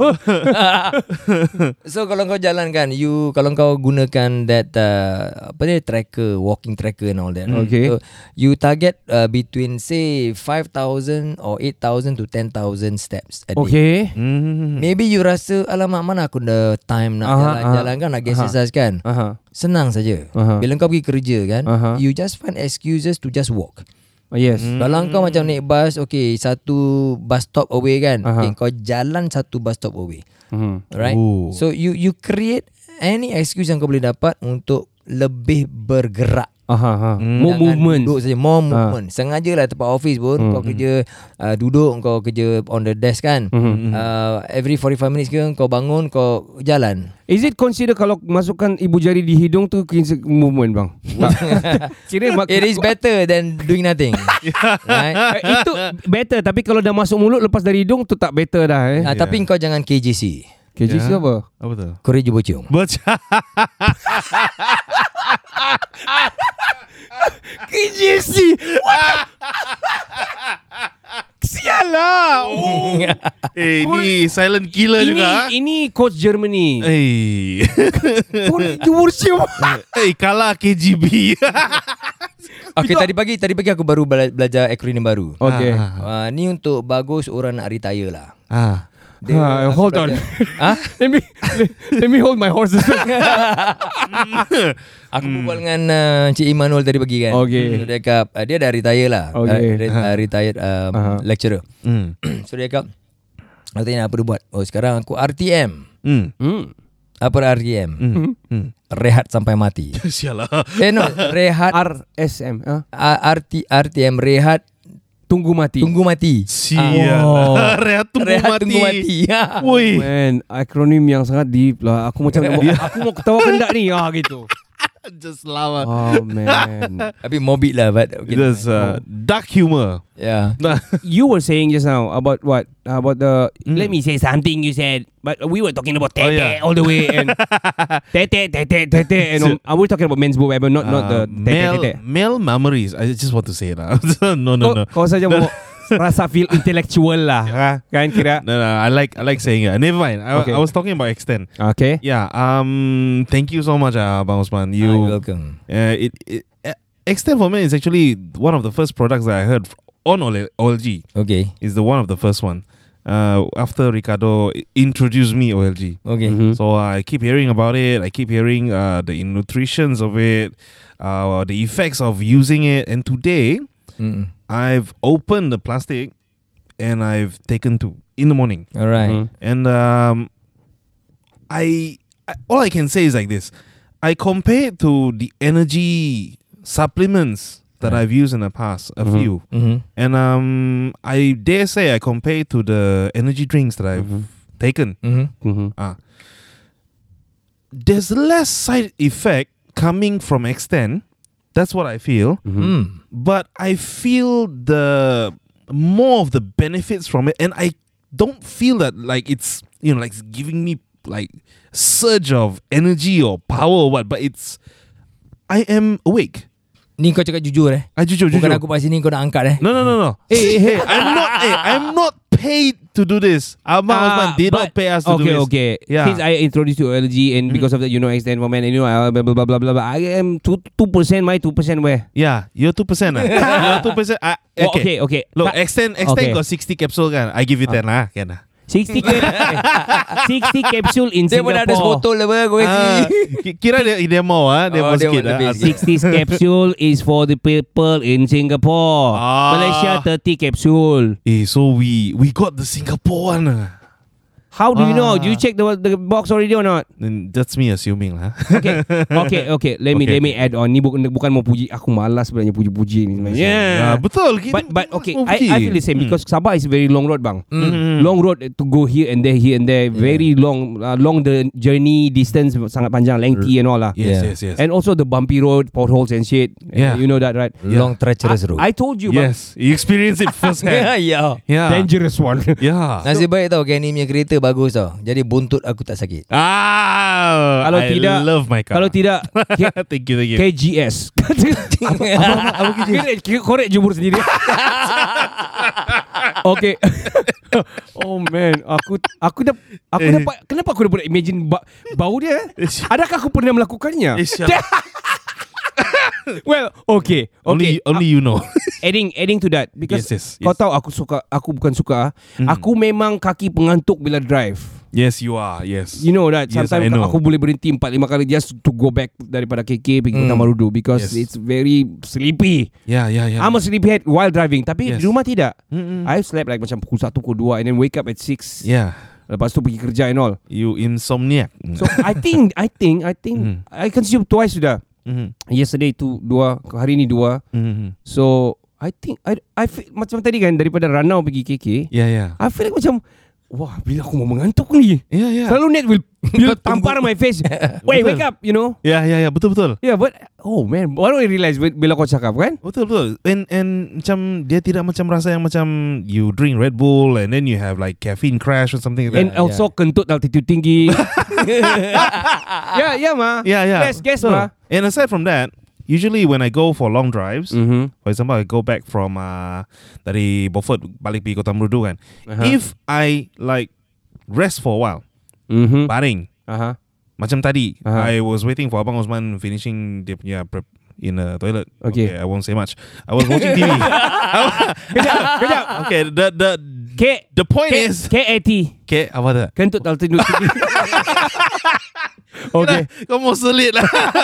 Speaker 4: So kalau kau jalan kan You Kalau kau gunakan that uh, Apa dia Tracker Walking tracker and all that
Speaker 2: Okay.
Speaker 4: so, You target uh, Between say 5,000 Or 8,000 to 10,000 steps a day
Speaker 2: Okay.
Speaker 1: Hmm.
Speaker 4: Maybe you rasa Alamak mana aku dah time Nak
Speaker 2: Aha,
Speaker 4: jalan-jalan kan Nak
Speaker 2: aha.
Speaker 4: exercise kan
Speaker 2: Aha.
Speaker 4: Senang saja
Speaker 2: Aha.
Speaker 4: Bila kau pergi kerja kan
Speaker 2: Aha.
Speaker 4: You just find excuses To just walk
Speaker 2: Oh, yes.
Speaker 4: Hmm. Kalau kau macam naik bus, okay, satu bus stop away kan.
Speaker 2: Aha.
Speaker 4: Okay, kau jalan satu bus stop away.
Speaker 2: Mhm.
Speaker 4: Right?
Speaker 1: Oh.
Speaker 4: So you you create any excuse yang kau boleh dapat untuk lebih bergerak.
Speaker 2: Aha. aha. More
Speaker 4: Mm, Jangan
Speaker 2: movement.
Speaker 4: Duduk saja,
Speaker 2: Ah.
Speaker 4: more movement. Sengaja lah tempat office pun kau kerja uh, duduk, kau kerja on the desk kan.
Speaker 2: Mm-hmm.
Speaker 4: Uh, every 45 minutes ke kau bangun, kau jalan.
Speaker 2: Is it consider kalau masukkan ibu jari di hidung tu kira movement bang? Tak. Kira mak-
Speaker 4: It is better than doing nothing. right?
Speaker 2: Eh, itu better tapi kalau dah masuk mulut lepas dari hidung tu tak better dah eh.
Speaker 4: Ah, tapi kau jangan KJC.
Speaker 2: KJC
Speaker 1: Ya.
Speaker 2: apa?
Speaker 1: Apa tu?
Speaker 4: Korea Jebocong.
Speaker 1: Baca.
Speaker 2: KJC. Sial lah. Oh.
Speaker 1: Eh, ni silent killer
Speaker 2: ini
Speaker 1: juga. ah.
Speaker 2: ini coach Germany.
Speaker 1: Eh.
Speaker 2: Korea Jebocong.
Speaker 1: eh, kalah KGB.
Speaker 4: Okay, tadi pagi tadi pagi aku baru bela- belajar akronim baru.
Speaker 2: Okay.
Speaker 1: Ah,
Speaker 4: Uh, ni untuk bagus orang nak retire lah.
Speaker 1: ah.
Speaker 2: Ah,
Speaker 4: aku
Speaker 2: hold on.
Speaker 4: belajar- Ah,
Speaker 2: let me let, let me hold my horses.
Speaker 4: aku berbual dengan uh, Encik Imanul tadi pagi kan.
Speaker 2: Okay.
Speaker 4: So, dia cakap uh, dia dah retire lah.
Speaker 2: Okay.
Speaker 4: Uh, re- uh, retired um,
Speaker 2: Aha.
Speaker 4: lecturer.
Speaker 1: Hmm.
Speaker 4: so dia cakap aku tanya apa dia buat. Oh, sekarang aku RTM.
Speaker 1: Hmm.
Speaker 2: hmm.
Speaker 4: Apa dia RTM?
Speaker 1: Hmm. Hmm.
Speaker 4: Rehat sampai mati.
Speaker 1: Sial lah.
Speaker 4: eh no, rehat
Speaker 2: RSM. Ah.
Speaker 4: uh, RT RTM rehat
Speaker 2: Tunggu mati.
Speaker 4: tunggu mati.
Speaker 1: Sial.
Speaker 4: Oh.
Speaker 1: Rehat tunggu
Speaker 4: rehat
Speaker 1: mati.
Speaker 4: tunggu mati.
Speaker 1: Woi.
Speaker 2: Man, akronim yang sangat deep lah. Aku macam nak, aku mau ketawa kendak ni ah gitu.
Speaker 1: Just lawa.
Speaker 2: Oh man.
Speaker 4: Tapi morbid lah but okay. Ya.
Speaker 1: Just uh, dark humor.
Speaker 4: Yeah.
Speaker 1: Nah.
Speaker 2: You were saying just now about what? About the let me say something you said, but we were talking about
Speaker 1: Oh,
Speaker 2: tete
Speaker 1: yeah.
Speaker 2: all the way and tete tete tete and um, I was talking about men's whatever, not not the
Speaker 1: Uh, male,
Speaker 2: tete tete.
Speaker 1: male memories. I just want to say lah.
Speaker 2: Oh.
Speaker 1: no, no, no.
Speaker 2: Kau saja mau rasa feel intellectual lah,
Speaker 1: Ah.
Speaker 2: kan kira?
Speaker 1: No, no, I like I like saying it. Never mind. I,
Speaker 2: Okay.
Speaker 1: I was talking about extend.
Speaker 2: Okay.
Speaker 1: Yeah. Um. Thank you so much, uh, Bang Osman. You.
Speaker 4: You Ah, welcome.
Speaker 1: Uh, it, it uh, extend for me is actually one of the first products that I heard f- on OL- OLG.
Speaker 4: Okay.
Speaker 1: Is the one of the first one. Uh, after Ricardo i- introduced me OLG.
Speaker 4: Okay.
Speaker 2: Hmm. Mm-hmm.
Speaker 1: So uh, I keep hearing about it. I keep hearing uh, the nutritions of it, uh, the effects of using it. And today,
Speaker 4: Mm.
Speaker 1: I've opened the plastic and I've taken two in the morning.
Speaker 4: All
Speaker 2: Mhm.
Speaker 4: right.
Speaker 1: And um, I, I all I can say is like this: I compare it to the energy supplements that I've used in the past, a few,
Speaker 4: Mm. Mm-hmm.
Speaker 1: and um, I dare say I compare it to the energy drinks that I've taken.
Speaker 4: Mm-hmm.
Speaker 2: Mm-hmm.
Speaker 1: Ah, there's less side effect coming from Extend. That's what I feel,
Speaker 4: Mm.
Speaker 1: but I feel the more of the benefits from it, and I don't feel that like it's you know like it's giving me like surge of energy or power or what. But it's I am awake.
Speaker 4: Ni kau cakap jujur eh.
Speaker 1: I jujur, jujur.
Speaker 4: Bukan aku pasal ni kau nak angkat eh.
Speaker 1: No, no, no, no. hey, hey, hey, I'm not. Hey, I'm not paid to do this. Abang Osman did not pay us to
Speaker 2: Ah,
Speaker 1: do
Speaker 2: okay,
Speaker 1: this.
Speaker 2: Okay,
Speaker 1: Yeah. Hmm.
Speaker 2: Since I introduced you to LG and because of that, you know, extend for men, and you know, I- blah, blah, blah, blah, blah, blah. I am 2%, 2% my 2% where?
Speaker 1: Yeah, you're two percent. ah. you're two percent. Uh, okay.
Speaker 2: Oh, okay, okay.
Speaker 1: Look, eh.
Speaker 2: Ka-
Speaker 1: extend extend
Speaker 2: Okay.
Speaker 1: got sixty capsule kan. I give you ten lah, can ah. lah.
Speaker 2: 60 cap- 60 capsule in
Speaker 4: Dia pun
Speaker 2: Singapore.
Speaker 4: ada sebotol lah apa kau
Speaker 1: Ah,
Speaker 4: kasi.
Speaker 1: ki- kira dia dia mau ah, dia
Speaker 4: Oh,
Speaker 1: mau
Speaker 4: dia
Speaker 1: sikit
Speaker 4: mau
Speaker 1: ah.
Speaker 4: lebih sikit.
Speaker 2: 60 capsule is for the people in Singapore.
Speaker 1: Ah.
Speaker 2: Malaysia 30 capsule.
Speaker 1: Eh, so we we got the Singapore one. ah.
Speaker 2: How do you
Speaker 1: Ah.
Speaker 2: know? Do you check the the box already or not?
Speaker 1: Then That's me assuming lah.
Speaker 2: Okay, okay, okay. Let me
Speaker 1: Okay,
Speaker 2: let me add on. Ni bukan bukan mau puji. Aku malas sebenarnya puji-puji ni
Speaker 1: Ah,
Speaker 2: sebenarnya.
Speaker 1: betul. kita-
Speaker 2: But but
Speaker 1: kita
Speaker 2: okay,
Speaker 1: semua
Speaker 2: I,
Speaker 1: pergi.
Speaker 2: I feel the same
Speaker 1: Hmm.
Speaker 2: because Sabah is very long road, bang.
Speaker 1: Mm.
Speaker 2: Long road to go here and there, here and there. Very long, uh, long the journey distance sangat panjang, lengthy and all lah.
Speaker 1: Yes,
Speaker 4: Yeah.
Speaker 1: yes, yes.
Speaker 2: And also the bumpy road, potholes and shit.
Speaker 1: Yeah.
Speaker 2: you know that, right?
Speaker 4: Long treacherous road.
Speaker 2: I, I told you, bang.
Speaker 1: yes, Ah. you experience it firsthand.
Speaker 4: Ya.
Speaker 1: yeah.
Speaker 2: Dangerous one.
Speaker 1: Yeah.
Speaker 4: Nasib baik tau Kenny punya kereta bagus tau. Jadi buntut aku tak sakit.
Speaker 1: Ah,
Speaker 2: Kalau
Speaker 1: I
Speaker 2: tidak-
Speaker 1: love my car.
Speaker 2: Kalau tidak, K-
Speaker 1: thank you, thank you.
Speaker 2: KGS. Korek jubur sendiri. okay. Oh man, aku aku dah aku
Speaker 1: Eh.
Speaker 2: dapat kenapa aku dapat imagine ba, bau dia?
Speaker 1: Eh, sial.
Speaker 2: Adakah aku pernah melakukannya?
Speaker 1: Eh, sial.
Speaker 2: well, okay. okay.
Speaker 1: Only only you know.
Speaker 2: adding adding to that because
Speaker 1: Yes, Hmm. yes,
Speaker 2: kau
Speaker 1: yes.
Speaker 2: tahu aku suka aku bukan suka ah. Aku memang kaki pengantuk bila drive.
Speaker 1: yes, you are. Yes.
Speaker 2: You know that
Speaker 1: Yes,
Speaker 2: sometimes
Speaker 1: I know.
Speaker 2: aku boleh berhenti 4 5 kali just to go back daripada KK pergi mm. Marudu because
Speaker 1: Hmm. Yes.
Speaker 2: it's very sleepy.
Speaker 1: yeah, yeah, yeah.
Speaker 2: I'm a sleepyhead while driving tapi
Speaker 1: Yes.
Speaker 2: di rumah tidak.
Speaker 1: Mm-mm.
Speaker 2: I slept like macam pukul 1 pukul 2 and then wake up at 6.
Speaker 1: yeah. Hmm.
Speaker 2: Lepas tu pergi kerja and all.
Speaker 1: You insomniac.
Speaker 2: So I think I think I think
Speaker 1: Mm.
Speaker 2: I consume twice sudah.
Speaker 1: Mhm,
Speaker 2: Yesterday tu dua, hari ni dua.
Speaker 1: mhm.
Speaker 2: So I think I I feel, macam tadi kan daripada Ranau pergi KK,
Speaker 1: Yeah, yeah.
Speaker 2: I feel like macam wah bila aku mau mengantuk ni.
Speaker 1: Yeah, yeah.
Speaker 2: Selalu net will will
Speaker 1: Tunggu.
Speaker 2: tampar my face. Wait, wake up, you know.
Speaker 1: Yeah, yeah, yeah. Ya, Betul, betul.
Speaker 2: Yeah, but oh man, baru I realise bi- bila kau cakap kan?
Speaker 1: Betul betul And and macam Dia tidak macam rasa yang macam You drink Red Bull And then you have like Caffeine crash or something like
Speaker 2: And
Speaker 1: that
Speaker 2: also kentut altitude tinggi. yeah, yeah ma.
Speaker 1: Yeah yeah
Speaker 2: Guess, guess
Speaker 1: Betul.
Speaker 2: ma.
Speaker 1: And aside from that Usually when I go for long drives
Speaker 2: Mm-hmm.
Speaker 1: For example I go back from uh, Dari Beaufort Balik pergi Kota Merudu kan
Speaker 2: Uh-huh.
Speaker 1: If I like Rest for a while
Speaker 2: mm-hmm.
Speaker 1: Baring
Speaker 2: Uh-huh.
Speaker 1: Macam tadi I
Speaker 2: Aha.
Speaker 1: was waiting for Abang Osman Finishing dia punya prep In the toilet
Speaker 2: Okay.
Speaker 1: I won't say much I was watching TV
Speaker 2: Kejap, kejap.
Speaker 1: Okay the the
Speaker 2: K
Speaker 1: The point
Speaker 2: K
Speaker 1: is
Speaker 2: KAT.
Speaker 1: Okay apa tu
Speaker 2: Kentut altitude tinggi. okay.
Speaker 1: Lah, Kau mau selit lah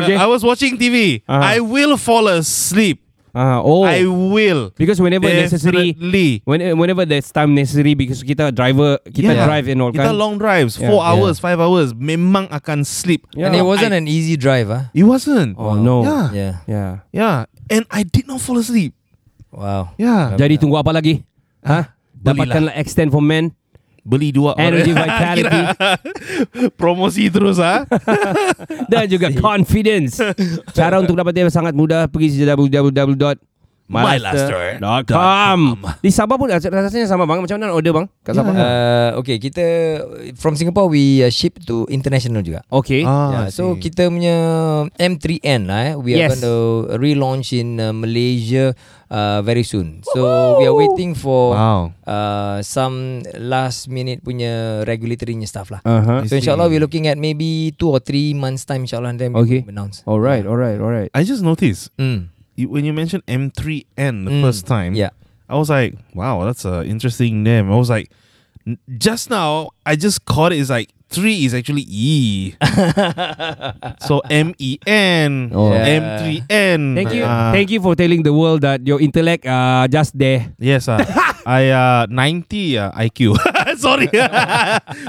Speaker 2: Okay.
Speaker 1: I was watching TV
Speaker 2: Aha.
Speaker 1: I will fall asleep
Speaker 2: Ah, oh.
Speaker 1: I will
Speaker 2: Because whenever necessary
Speaker 1: Definitely
Speaker 2: when, whenever there's time necessary because kita driver kita
Speaker 1: Yeah.
Speaker 2: drive and all
Speaker 1: Kita
Speaker 2: kan.
Speaker 1: long drives
Speaker 2: Yeah.
Speaker 1: 4 hours 5 hours Memang akan sleep
Speaker 2: Yeah.
Speaker 4: And it wasn't
Speaker 1: I-
Speaker 4: an easy drive, ah.
Speaker 1: It
Speaker 4: Ya,
Speaker 1: wasn't
Speaker 2: Oh no.
Speaker 1: Yeah.
Speaker 4: Yeah.
Speaker 2: Yeah.
Speaker 1: Yeah And I did not fall asleep
Speaker 4: Wow.
Speaker 1: Yeah
Speaker 2: Jadi tunggu apa lagi? Ha? Dapatkanlah extend for men
Speaker 1: Beli dua
Speaker 2: Energy
Speaker 1: orang.
Speaker 2: vitality
Speaker 1: Promosi terus ah.
Speaker 2: Dan juga confidence Cara untuk dapatnya sangat mudah Pergi saja www.mylaster.com Di Sabah pun rasa- rasanya sama bang Macam mana nak order bang? Kat Sabah
Speaker 4: Uh, okay, kita from Singapore we uh, ship to international juga.
Speaker 2: Okay
Speaker 1: Ah, I
Speaker 4: Yeah, so
Speaker 1: see.
Speaker 4: kita punya M3N lah eh. We
Speaker 2: Yes.
Speaker 4: are going to relaunch in uh, Malaysia uh, very soon. So we are waiting for
Speaker 1: Wow.
Speaker 4: uh, some last minute punya regulatory punya stuff lah.
Speaker 2: uh-huh.
Speaker 4: so insyaAllah we're looking at maybe two or three months time insyaAllah and then
Speaker 2: Okay.
Speaker 4: we will announce.
Speaker 2: Alright alright alright
Speaker 1: I just noticed
Speaker 4: Mm.
Speaker 1: you, When you mentioned M3N The
Speaker 4: Mm.
Speaker 1: first time
Speaker 4: Yeah.
Speaker 1: I was like, wow, that's a interesting name. I was like, n- just now I just caught it. It's like three is actually E. so M E N
Speaker 2: Oh.
Speaker 1: M three N.
Speaker 2: Thank you
Speaker 1: Uh,
Speaker 2: Thank you for telling the world That your intellect uh, Just there
Speaker 1: Yes, uh, I uh ninety uh, IQ. Sorry.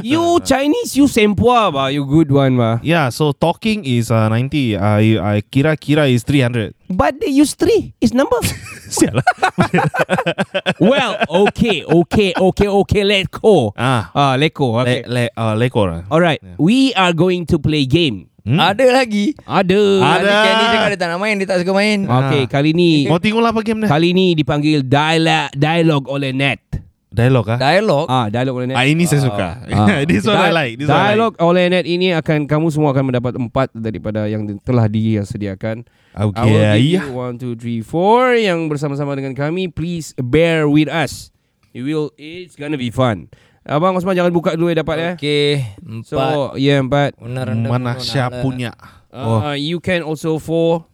Speaker 2: You Chinese You sempua ba You good one ba
Speaker 1: yeah. So talking is uh ninety. I I kira kira is three hundred.
Speaker 2: But they use three. It's number. well, okay, okay, okay, okay. Let's go.
Speaker 1: Ah.
Speaker 2: Ah, let go. Okay.
Speaker 1: Le, le, uh, lekor.
Speaker 2: All right. We are going to play game.
Speaker 4: Ada lagi.
Speaker 2: Ada.
Speaker 1: Hmm. Ada.
Speaker 4: Ada. Kenny cakap dia tak nak main, dia tak suka main.
Speaker 2: Okay,
Speaker 1: Ah.
Speaker 2: kali ni
Speaker 1: Mau tengok lah apa game ni?
Speaker 2: kali ni dipanggil dialog dialog oleh net.
Speaker 1: Dialog ah.
Speaker 4: Dialog.
Speaker 2: Ah, dialog oleh net.
Speaker 1: Ah ini saya suka. This one I
Speaker 2: Dia-
Speaker 1: like. This one I like.
Speaker 2: Ah. dialog oleh net ini akan kamu semua akan mendapat empat daripada yang di- telah disediakan. I will
Speaker 1: Okay.
Speaker 2: give
Speaker 1: Yeah.
Speaker 2: you one, two, three, four yang bersama-sama dengan kami. Please bear with us. It will. It's gonna be fun. Abang Osman jangan buka dulu ya dapat ya.
Speaker 4: Okay.
Speaker 2: So
Speaker 4: Empat.
Speaker 2: yeah empat.
Speaker 1: Mana siapa
Speaker 2: eh.
Speaker 1: punya? Oh,
Speaker 2: Uh, you can also four.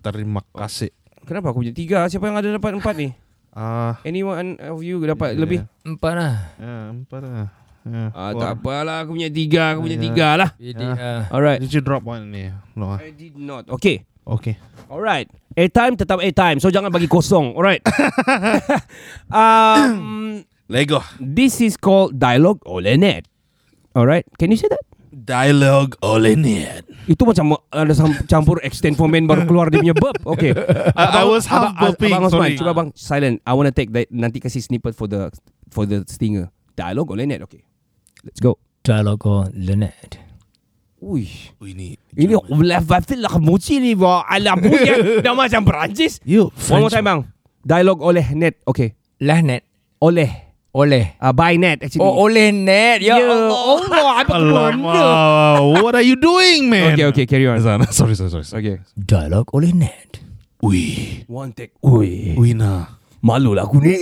Speaker 1: terima kasih.
Speaker 2: Kenapa aku punya tiga? Siapa yang ada dapat empat ni?
Speaker 1: Ah,
Speaker 2: Anyone of you dapat lebih?
Speaker 4: Empat lah.
Speaker 1: ya, empat lah. Ya,
Speaker 2: Ah,
Speaker 1: four.
Speaker 2: tak apalah aku punya tiga, aku punya
Speaker 1: Yeah.
Speaker 2: tiga lah.
Speaker 4: Jadi, ah.
Speaker 2: Alright.
Speaker 1: Did you drop one ni? No. ah.
Speaker 2: I did not. Okay.
Speaker 1: Okay.
Speaker 2: Alright. A time tetap a time. So jangan bagi kosong. Alright. um,
Speaker 1: Lego.
Speaker 2: This is called dialogue oleh net. Alright, can you say that?
Speaker 1: Dialog oleh net.
Speaker 2: Itu macam ada sam- campur extend for men baru keluar dia punya burp. Okay.
Speaker 1: I was half burping,
Speaker 2: Abang
Speaker 1: sorry.
Speaker 2: Osman, cuba bang silent. I want to take that nanti kasih snippet for the for the stinger. Dialogue oleh net. Okay. Let's go.
Speaker 4: Dialog on Lynette.
Speaker 2: Ui.
Speaker 1: Ini.
Speaker 2: Ini lafaz lah muci ni wah. Alam punya dah macam Perancis.
Speaker 1: You.
Speaker 2: One more time bang. Dialogue oleh net. Okay.
Speaker 4: Lynette.
Speaker 2: Oleh.
Speaker 4: Oleh.
Speaker 2: Uh, by net actually.
Speaker 4: Oh, oleh net. Ya
Speaker 2: Ya
Speaker 4: Allah.
Speaker 2: Allah. Apa benda?
Speaker 1: Alamak. What are you doing, man?
Speaker 2: Okay, okay, carry on.
Speaker 1: Azan. sorry, sorry, sorry.
Speaker 2: Okay.
Speaker 4: Dialog oleh net.
Speaker 1: Ui.
Speaker 2: One take. Ui.
Speaker 1: Ui na.
Speaker 2: malulah aku ni.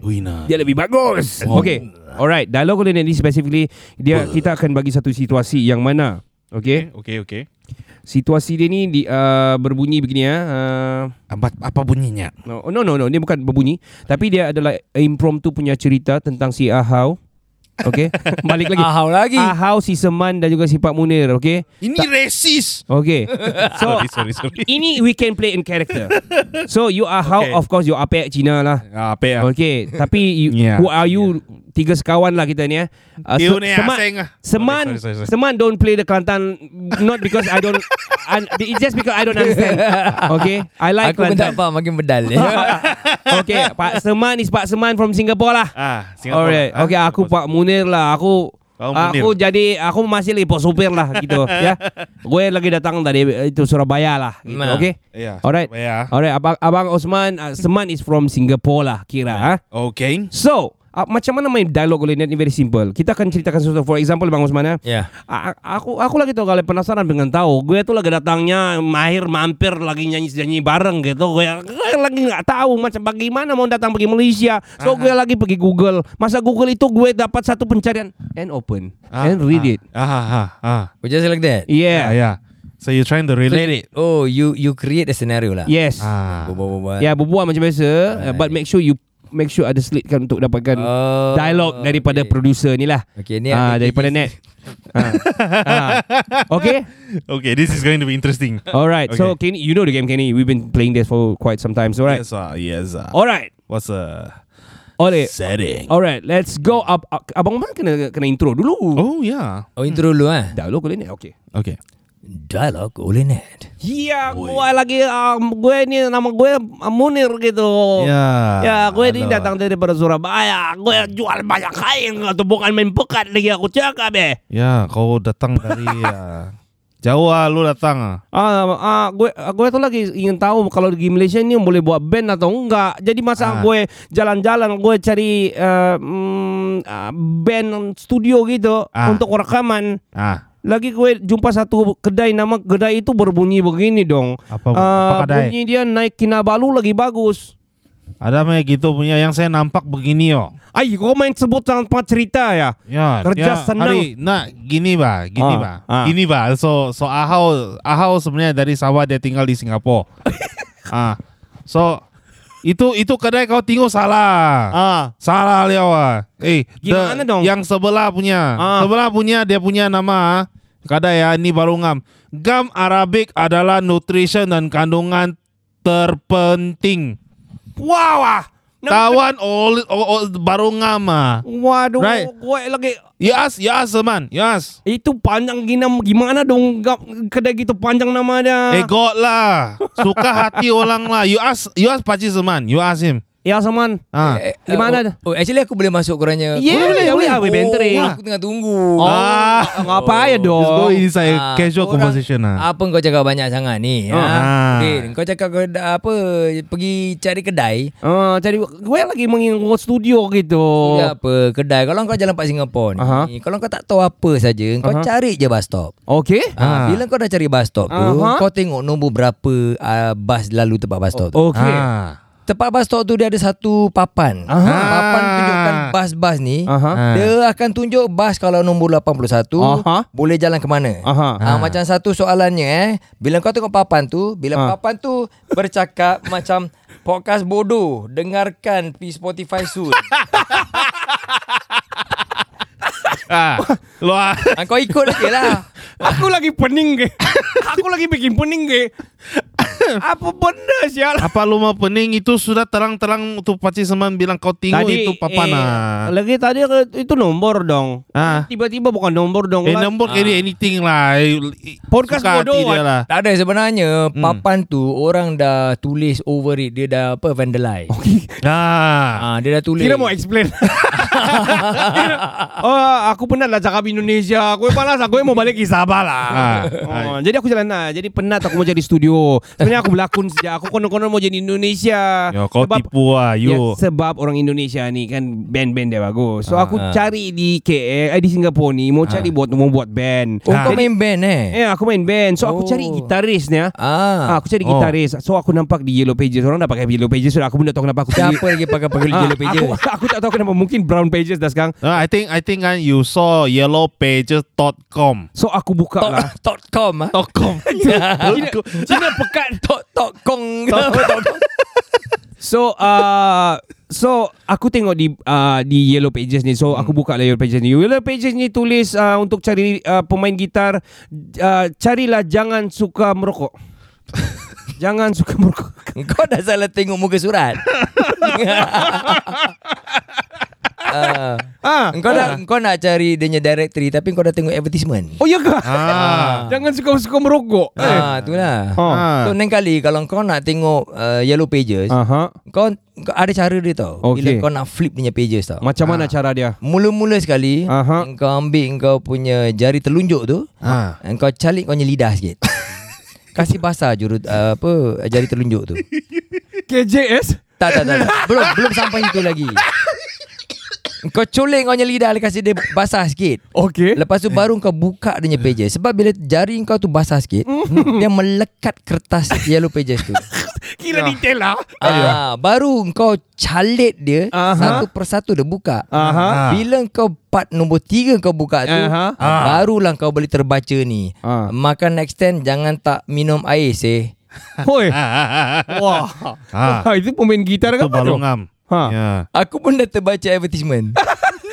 Speaker 1: Ui nah.
Speaker 2: Dia lebih bagus.
Speaker 1: Oh.
Speaker 2: Okay. Alright, dialog oleh ni specifically dia kita akan bagi satu situasi yang mana. Okay.
Speaker 1: Okay, okay.
Speaker 2: Situasi dia ni di, uh, berbunyi begini ya. Uh,
Speaker 1: Apa, apa bunyinya?
Speaker 2: no, no, no, no. Dia bukan berbunyi. Tapi dia adalah impromptu punya cerita tentang si Ahau. Okay. Balik lagi.
Speaker 4: Ahau lagi.
Speaker 2: Ahau, si Seman dan juga si Pak Munir. Okay.
Speaker 1: Ini resis.
Speaker 2: Okay. So,
Speaker 1: sorry, sorry, sorry.
Speaker 2: ini we can play in character. So, you Ahau,
Speaker 1: Okay.
Speaker 2: of course, you Apek Cina lah.
Speaker 1: Ah, apa ya?
Speaker 2: Okay, tapi you,
Speaker 1: Yeah.
Speaker 2: who are you? Tiga sekawan lah kita ni eh. Uh,
Speaker 1: Dia
Speaker 2: Se-
Speaker 1: ni
Speaker 2: Seman,
Speaker 1: asing ah.
Speaker 2: Seman,
Speaker 1: Sorry, sorry, sorry.
Speaker 2: Seman don't play the Kelantan not because I don't un- it's just because I don't understand. Okay, I like
Speaker 4: Aku pun
Speaker 2: Kelantan.
Speaker 4: tak faham makin bedal.
Speaker 2: okay, Pak Seman is Pak Seman from Singapore lah.
Speaker 1: Ah, Singapore.
Speaker 2: Alright,
Speaker 1: Ah,
Speaker 2: okay aku
Speaker 1: Singapore.
Speaker 2: Pak Munir lah. Aku
Speaker 1: Pak Munir.
Speaker 2: Aku jadi Aku masih lagi Pak supir lah gitu ya. Gue lagi datang dari eh, Itu Surabaya lah gitu,
Speaker 4: Nah.
Speaker 2: Okay
Speaker 1: Ya.
Speaker 2: Alright
Speaker 1: Ya.
Speaker 2: Alright Abang, Abang Osman uh, Seman is from Singapore lah Kira ha?
Speaker 1: Okay.
Speaker 2: So, uh, macam mana main dialog oleh net ni very simple. Kita akan ceritakan sesuatu. For example, Bang Osman ya.
Speaker 4: Ya.
Speaker 2: A- a- aku aku lagi tahu kali penasaran pengen tahu. Gue tuh lagi datangnya mahir mampir lagi nyanyi nyanyi bareng gitu. Gue, gue lagi nggak tahu macam bagaimana mau datang pergi Malaysia. So gue lagi pergi Google. Masa Google itu gue dapat satu pencarian and open and read it.
Speaker 1: Ah, ya. ah, ah.
Speaker 4: We just like that.
Speaker 1: Yeah,
Speaker 2: Yeah.
Speaker 1: yeah. So you're trying to relate it.
Speaker 4: Oh, you you create a scenario lah.
Speaker 2: Yes.
Speaker 1: Ah.
Speaker 4: Berbual-bual.
Speaker 2: Ya berbual macam biasa uh, but make sure you make sure ada slitkan untuk dapatkan
Speaker 4: Oh,
Speaker 2: dialog daripada
Speaker 4: okay.
Speaker 2: producer ni lah.
Speaker 4: Okay, ni
Speaker 2: Ah,
Speaker 4: ada
Speaker 2: daripada
Speaker 4: KG.
Speaker 2: net. ah. ah. Okay.
Speaker 1: Okay, this is going to be interesting.
Speaker 2: Alright. So
Speaker 1: Okay.
Speaker 2: Kenny, you know the game Kenny. We've been playing this for quite some time. So, alright. Oh.
Speaker 1: Yes, ah, yes. ah.
Speaker 2: Alright.
Speaker 1: What's a
Speaker 2: Oleh.
Speaker 1: setting?
Speaker 2: Alright, let's go up. up. Abang Man kena kena intro dulu.
Speaker 1: Oh yeah.
Speaker 4: Oh, intro dulu ah.
Speaker 2: Dialog oleh ni. Okay.
Speaker 1: Okay.
Speaker 4: Dialog oleh net.
Speaker 2: Iya, gue Ya, lagi um, gue ni nama gue uh, Munir gitu.
Speaker 1: Ya.
Speaker 2: Ya, gue ni
Speaker 1: Halo.
Speaker 2: datang daripada Surabaya. Gue jual banyak kain atau bukan main pekat lagi aku cakap eh.
Speaker 1: Ya, kau datang dari ah, Jawa lu datang ah.
Speaker 2: Ah, ah gue ah, gue tuh lagi ingin tahu kalau di Malaysia ini boleh buat band atau enggak. Jadi masa
Speaker 1: Ah.
Speaker 2: gue jalan-jalan gue cari eh, mm, ah, band studio gitu
Speaker 1: Ah.
Speaker 2: untuk rekaman.
Speaker 1: Ah,
Speaker 2: Lagi gue jumpa satu kedai nama kedai itu berbunyi begini dong.
Speaker 1: Apa-
Speaker 2: Ah,
Speaker 1: apa kedai?
Speaker 2: Bunyi dia naik Kinabalu lagi bagus.
Speaker 1: ada mah gitu punya yang saya nampak begini yo.
Speaker 2: Ay, kau main sebut tanpa cerita ya.
Speaker 1: Ya,
Speaker 2: Kerja
Speaker 1: dia
Speaker 2: senang.
Speaker 1: Hari, nah, gini ba, gini
Speaker 2: Ah,
Speaker 1: ba,
Speaker 2: ah.
Speaker 1: gini ba. So, so Ahau, Ahau sebenarnya dari Sabah dia tinggal di Singapura. ah, so itu itu kedai kau tinggal salah.
Speaker 2: Ah,
Speaker 1: Salah dia wah. Eh, the-
Speaker 2: Gimana dong?
Speaker 1: Yang sebelah punya.
Speaker 2: Ah.
Speaker 1: Sebelah punya dia punya nama ah. Kadai ya, ini baru ngam. Gam Arabic adalah nutrition dan kandungan terpenting.
Speaker 2: wow. ah. Nama-
Speaker 1: Tawan ol, ol, ol, baru ngam ah.
Speaker 2: Waduh,
Speaker 1: Right.
Speaker 2: gue lagi
Speaker 1: Yes, yes, man. Yes.
Speaker 2: Itu panjang gina gimana dong gap- kedai gitu panjang nama dia.
Speaker 1: Eh god lah Suka hati orang lah You ask You ask Pakcik Seman You ask him
Speaker 2: ya Saman.
Speaker 1: Ah.
Speaker 4: Eh,
Speaker 2: Di mana
Speaker 4: eh,
Speaker 2: dah?
Speaker 4: Oh, oh, actually aku Eh, boleh masuk korangnya.
Speaker 2: Yeah, boleh, boleh. Ah, we bantering.
Speaker 4: Oh, aku tengah tunggu.
Speaker 2: Oh,
Speaker 1: Ah.
Speaker 2: ngapa ya
Speaker 1: Just go
Speaker 2: dong?
Speaker 1: inside
Speaker 4: Ah,
Speaker 1: Casual
Speaker 4: korang-
Speaker 1: conversation
Speaker 2: ah.
Speaker 1: lah
Speaker 4: Apa kau cakap banyak sangat
Speaker 1: Oh.
Speaker 4: ni?
Speaker 1: Ah.
Speaker 4: Ha. Din, kau cakap kau dah apa pergi cari kedai.
Speaker 2: Ah, jadi gue lagi mengingat studio gitu.
Speaker 4: Ya apa kedai kalau kau jalan Pak Singapura ni,
Speaker 2: Oh. Aha.
Speaker 4: kalau kau tak tahu apa saja, kau
Speaker 2: Aha.
Speaker 4: cari je bus stop.
Speaker 2: Okey.
Speaker 1: Ah.
Speaker 4: Ah. Bila kau dah cari bus stop tu,
Speaker 2: Aha. Oh,
Speaker 4: kau tengok nombor berapa uh, bus lalu tempat bus stop tu.
Speaker 2: Okey.
Speaker 1: ah.
Speaker 4: Tempat bus stop tu dia ada satu papan.
Speaker 2: Aha.
Speaker 4: Papan tunjukkan bas-bas ni.
Speaker 2: Aha.
Speaker 4: Dia akan tunjuk bas kalau nombor 81
Speaker 2: Aha.
Speaker 4: boleh jalan ke mana.
Speaker 2: Aha. Ha.
Speaker 4: Ah, macam satu soalannya eh. Bila kau tengok papan tu, bila
Speaker 2: Ah.
Speaker 4: papan tu bercakap macam podcast bodoh, dengarkan di Spotify soon.
Speaker 1: ah. Lo ah.
Speaker 4: ah, kau ikut lagi lah.
Speaker 2: Aku lagi pening ke. Aku lagi bikin pening ke. Apa benda sial?
Speaker 1: Apa lu mau pening Itu sudah terang-terang Untuk Pakcik Seman bilang Kau tengok itu papan
Speaker 2: eh,
Speaker 1: ah.
Speaker 2: Lagi tadi ke- itu nombor dong.
Speaker 1: Ah.
Speaker 2: Tiba-tiba bukan nombor dong.
Speaker 1: Eh
Speaker 2: lah.
Speaker 1: nombor kiri anything lah Eh,
Speaker 2: Podcast
Speaker 1: suka hati
Speaker 2: bodoh,
Speaker 1: dia
Speaker 2: ah.
Speaker 1: lah.
Speaker 4: Tak ada sebenarnya
Speaker 2: Hmm.
Speaker 4: papan tu orang dah tulis over it, dia dah apa vandalize.
Speaker 1: Ah.
Speaker 4: Ah, dia dah tulis.
Speaker 2: Kira mau explain. Oh, aku penat lah cakap Indonesia. Aku malas, aku mau balik ke Sabah lah.
Speaker 1: Ah,
Speaker 2: oh, jadi aku jalan lah. Jadi penat aku mau jadi studio. Sebenarnya aku berlakon sejak aku konon-konon mau jadi Indonesia.
Speaker 1: Yo, kau
Speaker 2: Sebab-
Speaker 1: tipu lah,
Speaker 2: Ya,
Speaker 1: you.
Speaker 2: sebab orang Indonesia ni kan band-band dia bagus. So
Speaker 4: Ah,
Speaker 2: aku
Speaker 4: ah.
Speaker 2: cari di KL, eh, di Singapura ni mau cari buat mau buat band.
Speaker 4: Oh,
Speaker 2: Ah.
Speaker 4: kau
Speaker 2: Jadi-
Speaker 4: main band eh?
Speaker 2: Eh aku main band. So aku
Speaker 4: Oh.
Speaker 2: cari gitarisnya. Ah,
Speaker 4: Ah.
Speaker 2: aku cari
Speaker 1: Oh.
Speaker 2: gitaris. So aku nampak di Yellow Pages orang dah pakai Yellow Pages sudah aku pun tak tahu kenapa aku pilih.
Speaker 4: Siapa lagi pakai panggil
Speaker 2: Ah,
Speaker 4: yellow pages?
Speaker 2: Aku, aku tak tahu kenapa mungkin Brown Pages dah sekarang.
Speaker 1: Uh, I think I think kan you saw yellowpages.com.
Speaker 2: So aku buka lah.
Speaker 4: Dot com ah.
Speaker 1: Dot com.
Speaker 2: Cina, Cina pekat.
Speaker 4: Dot dot kong.
Speaker 2: So uh, so aku tengok di uh, di Yellow Pages ni. So aku buka lah Yellow Pages ni. Yellow Pages ni tulis uh, untuk cari uh, pemain gitar uh, carilah jangan suka merokok. jangan suka merokok.
Speaker 4: Kau dah salah tengok muka surat. Ah,
Speaker 2: Ah.
Speaker 4: Engkau nak engkau nak cari dia punya directory tapi engkau dah tengok advertisement.
Speaker 2: Oh ya ke?
Speaker 1: ah.
Speaker 2: Jangan suka-suka merokok.
Speaker 4: Ah, itulah.
Speaker 2: Oh.
Speaker 1: Ah.
Speaker 4: So lain kali kalau kau nak tengok uh, yellow pages,
Speaker 2: Aha.
Speaker 4: kau, kau ada cara dia tau.
Speaker 2: Okay.
Speaker 4: Bila kau nak flip dia punya pages tau.
Speaker 2: Macam mana cara dia?
Speaker 4: Mula-mula sekali
Speaker 2: Aha.
Speaker 4: Engkau ambil engkau punya jari telunjuk tu
Speaker 1: Ah.
Speaker 4: Engkau calik kau punya lidah sikit Kasih basah juru uh, apa jari telunjuk tu
Speaker 2: KJS?
Speaker 4: Tak tak tak, tak. Belum belum sampai itu lagi Engkau colek kau punya lidah Kasih dia basah sikit
Speaker 2: Okey.
Speaker 4: Lepas tu baru kau buka dia punya
Speaker 2: Eh.
Speaker 4: pages Sebab bila jari kau tu basah sikit Dia melekat kertas yellow pages tu
Speaker 2: Kira detail lah.
Speaker 4: Ah, baru kau calit dia
Speaker 2: Aha.
Speaker 4: satu persatu dia buka.
Speaker 2: Aha.
Speaker 4: Bila kau part nombor tiga kau buka tu,
Speaker 2: Aha.
Speaker 4: ah, barulah kau boleh terbaca ni.
Speaker 2: Ah.
Speaker 4: Maka next time jangan tak minum air seh.
Speaker 2: Hoi.
Speaker 1: Ah, Wah.
Speaker 2: Wah. Ah. Itu pemain gitar
Speaker 1: Itu
Speaker 2: kan? Bang?
Speaker 1: balongam.
Speaker 2: Ha.
Speaker 1: Ya.
Speaker 4: Aku pun dah terbaca advertisement.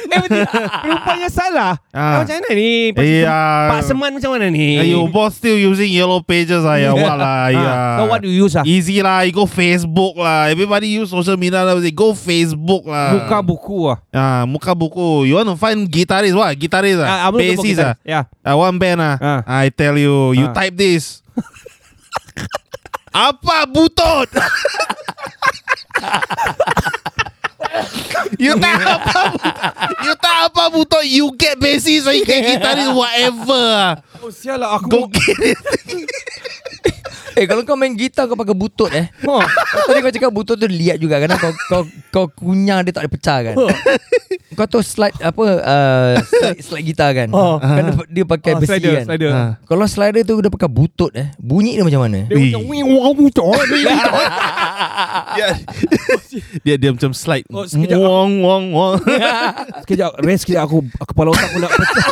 Speaker 2: Eh, betul. Rupanya salah.
Speaker 1: Ah.
Speaker 2: Ah. Macam mana ni? Pak,
Speaker 1: Iya.
Speaker 2: Pak Seman macam mana ni?
Speaker 1: Hey, your boss still using yellow pages lah ya. What lah
Speaker 2: Ah.
Speaker 1: ya.
Speaker 2: So what do you use ah?
Speaker 1: Easy lah. You go Facebook lah. Everybody use social media lah. They Go Facebook lah.
Speaker 2: Buka buku ah.
Speaker 1: Ah, muka buku. You want to find guitarist? What guitarist
Speaker 2: Ah,
Speaker 1: ah?
Speaker 2: I'm looking for
Speaker 1: Bassist ah.
Speaker 2: guitar. Yeah.
Speaker 1: Ah, one band ah.
Speaker 2: Ah.
Speaker 1: I tell you, you
Speaker 2: Ah.
Speaker 1: type this. Apa butut? you tak apa butut. You tak apa butut. You get bassist or you get guitarist whatever. ah.
Speaker 2: Oh, sial lah aku.
Speaker 1: Go get it.
Speaker 4: eh kalau kau main gitar kau pakai butut eh.
Speaker 2: Oh.
Speaker 4: Tadi kau cakap butut tu liat juga kan kau kau kau kunyah dia tak boleh pecah
Speaker 2: Ha.
Speaker 4: kan. kau tu slide apa uh, slide, slide gitar kan.
Speaker 2: Oh.
Speaker 4: Kan dia, dia
Speaker 2: Ah,
Speaker 4: pakai besi
Speaker 2: slider,
Speaker 4: kan.
Speaker 2: slider.
Speaker 1: Ah.
Speaker 4: Kalau slider tu dia pakai butut eh. Bunyi dia macam mana?
Speaker 2: Dia
Speaker 1: Wih.
Speaker 2: macam wing wang butuh.
Speaker 1: dia, dia dia macam slide.
Speaker 2: Oh, sekejap. Ya.
Speaker 1: Wong wong wong.
Speaker 2: Sekejap, rest sekejap aku kepala otak aku nak pecah.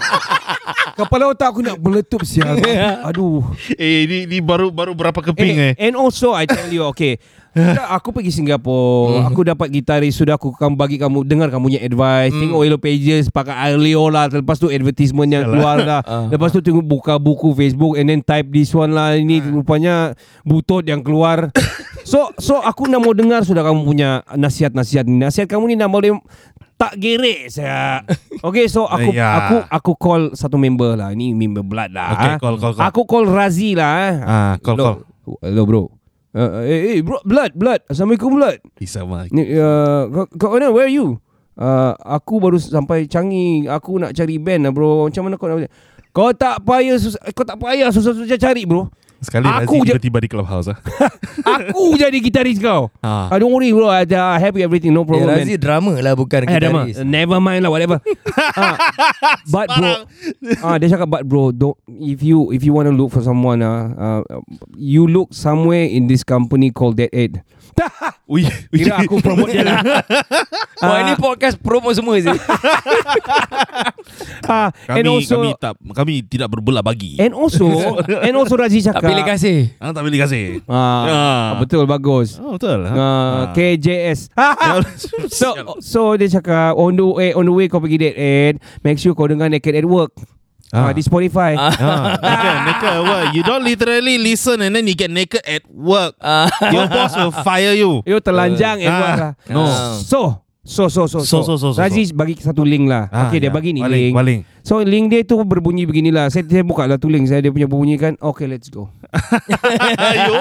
Speaker 2: kepala otak aku nak meletup sial. Aduh.
Speaker 1: eh ni, ni baru baru berapa keping eh.
Speaker 2: And- And also I tell you okay Sudah aku pergi Singapura
Speaker 1: Hmm.
Speaker 2: Aku dapat gitaris Sudah aku kamu bagi kamu Dengar kamu punya advice Tengok
Speaker 1: Hmm.
Speaker 2: Yellow Pages Pakai Alio lah Lepas tu advertisement yang keluar lah
Speaker 1: Ah.
Speaker 2: Lepas tu tengok buka buku Facebook And then type this one lah Ini
Speaker 1: Ah.
Speaker 2: rupanya Butut yang keluar So so aku nak mau dengar Sudah kamu punya Nasihat-nasihat ni Nasihat kamu ni nak boleh tak gerek saya. Okay, so aku
Speaker 1: Ya.
Speaker 2: aku aku call satu member lah. Ini member blood lah.
Speaker 1: Okay,
Speaker 2: ah.
Speaker 1: call, call, call.
Speaker 2: Aku call Razi lah. ah.
Speaker 1: Ah, call call.
Speaker 2: Hello, hello bro. Uh, eh, eh, bro, blood, blood. Assalamualaikum, blood.
Speaker 1: Isama.
Speaker 2: Ni, uh, kau, kau mana? Where are you? Uh, aku baru sampai Changi. Aku nak cari band lah, bro. Macam mana kau nak? Kau tak payah, susah, kau tak payah susah-susah cari, bro.
Speaker 1: Sekali
Speaker 2: Aku
Speaker 1: Razi
Speaker 2: je-
Speaker 1: tiba-tiba di clubhouse ah.
Speaker 2: Aku jadi gitaris kau.
Speaker 1: Ah.
Speaker 2: I don't worry, bro. I, I have everything, no
Speaker 4: Ya,
Speaker 2: problem. man.
Speaker 4: Razi drama lah
Speaker 2: Eh,
Speaker 4: bukan
Speaker 2: ada mah.
Speaker 4: gitaris.
Speaker 2: Never mind lah whatever. Ah, but bro, ah dia cakap but bro, don't if you if you want to look for someone ah, uh, you look somewhere in this company called Dead Aid.
Speaker 1: Ui, ui.
Speaker 2: Kira aku promote dia lah.
Speaker 4: Wah
Speaker 2: Ah.
Speaker 4: ini podcast promo semua sih.
Speaker 2: Ah,
Speaker 1: Kami,
Speaker 2: and also
Speaker 1: kami tak kami tidak berbelah bagi.
Speaker 2: and also and also Razi
Speaker 4: tak
Speaker 2: cakap.
Speaker 4: pilih kasih.
Speaker 1: Ah, tak boleh kasih. Ah.
Speaker 2: Ah, betul bagus.
Speaker 1: Oh, betul. Ha?
Speaker 2: Ah,
Speaker 1: Ah.
Speaker 2: KJS. So so dia cakap on the way eh, on the way kau pergi Dead Aid, make sure kau dengar Naked at Work.
Speaker 1: Ah.
Speaker 2: Ah, di Spotify.
Speaker 1: Ah, naked, naked at work. You don't literally listen and then you get naked at work.
Speaker 4: Ah.
Speaker 1: Your boss will fire you.
Speaker 2: Itu telanjang
Speaker 1: Ah,
Speaker 2: uh, lah.
Speaker 1: no.
Speaker 2: So, so, so, so,
Speaker 1: So, so, so, so,
Speaker 2: Razi bagi satu link lah.
Speaker 1: Ah,
Speaker 2: okay, dia
Speaker 1: ya.
Speaker 2: bagi ni
Speaker 1: Baling,
Speaker 2: link.
Speaker 1: baling.
Speaker 2: So, link dia tu berbunyi beginilah. Saya, saya buka lah tu link saya. Dia punya bunyi kan. Okay, let's go.
Speaker 1: you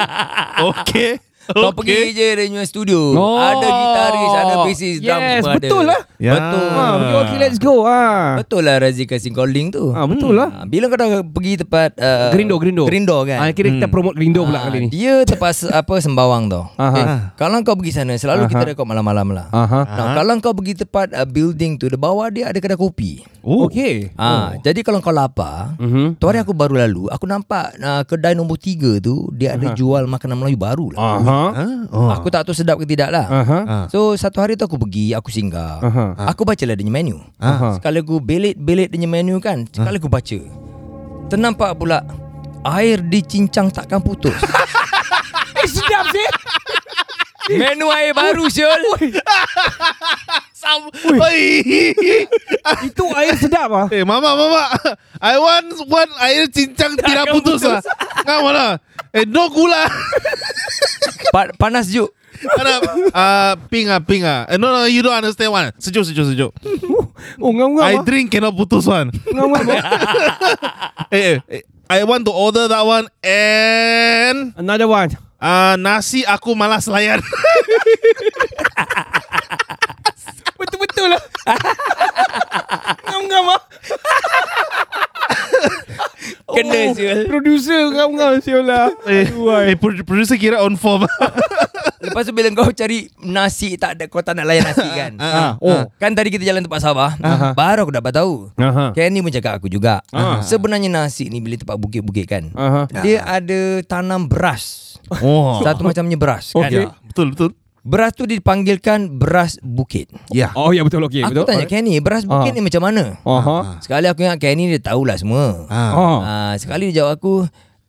Speaker 1: okay?
Speaker 4: Kau pergi je dia punya studio. Oh. Ada gitaris, ada bassist, drum
Speaker 2: yes,
Speaker 4: semua ada.
Speaker 2: betul lah.
Speaker 1: Ya.
Speaker 4: Betul.
Speaker 2: Ha, pergi okay, let's go. Ha.
Speaker 4: Betul lah Razi kasih calling tu.
Speaker 2: Ha, betul lah.
Speaker 4: Ah, Bila kau dah pergi tempat uh,
Speaker 2: Gerindo, Gerindo.
Speaker 4: Gerindo kan
Speaker 2: Ha, kira
Speaker 1: Hmm.
Speaker 2: kita promote Gerindo pula
Speaker 4: Ah,
Speaker 2: kali ni.
Speaker 4: Dia terpaksa apa sembawang tau.
Speaker 2: Aha. Ah.
Speaker 4: Okay. Kalau kau pergi sana selalu kita
Speaker 2: Aha.
Speaker 4: rekod malam-malam lah.
Speaker 2: Aha.
Speaker 4: Nah, kalau kau pergi tempat uh, building tu, di bawah dia ada kedai kopi.
Speaker 1: Oh.
Speaker 2: Okay.
Speaker 4: Ah, jadi kalau kau lapar,
Speaker 2: Mhm.
Speaker 4: tu hari aku baru lalu, aku nampak uh, kedai nombor tiga tu dia ada jual makanan Melayu baru lah.
Speaker 2: Aha.
Speaker 1: Huh? Oh.
Speaker 4: Aku tak tahu sedap ke tidak lah.
Speaker 2: Ah. Aha.
Speaker 1: Ah.
Speaker 4: So satu hari tu aku pergi Aku singgah
Speaker 2: Aha.
Speaker 4: Aku baca lah dia punya menu
Speaker 2: Aha.
Speaker 4: Sekali aku belit-belit dia punya menu
Speaker 2: Ha.
Speaker 4: kan Sekali aku baca Ternampak pula Air dicincang takkan putus
Speaker 2: Eh, sedap sih.
Speaker 4: Menu air
Speaker 2: Oh
Speaker 4: baru Syul
Speaker 1: Sam. Oi.
Speaker 2: Itu air sedap ah.
Speaker 1: Eh, mama, mama. I want one air cincang tidak putus lah. Kau mana? Eh, no gula.
Speaker 4: pa- Panas juk
Speaker 1: Mana? Ah, ping ah, ping ah. Eh, no, no, you don't understand one. Sejuk, sejuk, sejuk.
Speaker 2: Oh, ngam-ngam.
Speaker 1: I
Speaker 2: ah.
Speaker 1: drink cannot putus one.
Speaker 2: Ngam-ngam. ah.
Speaker 1: Eh, eh, eh, I want to order that one and
Speaker 2: Another one.
Speaker 1: ah nasi aku malas layan.
Speaker 2: Betul-betul lah. ngam-ngam ah.
Speaker 4: Kena Syul
Speaker 2: Oh, Producer ngam-ngam siul lah.
Speaker 1: eh,
Speaker 2: Aduh,
Speaker 1: eh, pro- producer kira on form.
Speaker 4: Lepas tu bila kau cari nasi tak ada Kau tak nak layan nasi kan
Speaker 2: Ah, oh.
Speaker 4: Kan tadi kita jalan tempat Sabah
Speaker 2: Aha.
Speaker 4: Baru aku dapat tahu
Speaker 2: Aha.
Speaker 4: Kenny pun cakap aku juga
Speaker 2: Aha. Ha.
Speaker 4: Sebenarnya nasi ni Bila tempat bukit-bukit kan
Speaker 2: Aha.
Speaker 4: Dia ada tanam beras
Speaker 1: oh,
Speaker 4: Satu macamnya beras kan
Speaker 2: Okay.
Speaker 1: betul, betul.
Speaker 4: Beras tu dipanggilkan beras bukit
Speaker 1: Yeah.
Speaker 2: Oh, ya betul okey.
Speaker 4: Aku
Speaker 2: betul.
Speaker 4: tanya Kenny Beras bukit
Speaker 2: Ah.
Speaker 4: ni macam mana
Speaker 2: Aha.
Speaker 4: Sekali aku ingat Kenny dia tahulah semua
Speaker 1: Ah.
Speaker 2: Oh.
Speaker 4: Ah, Sekali dia jawab aku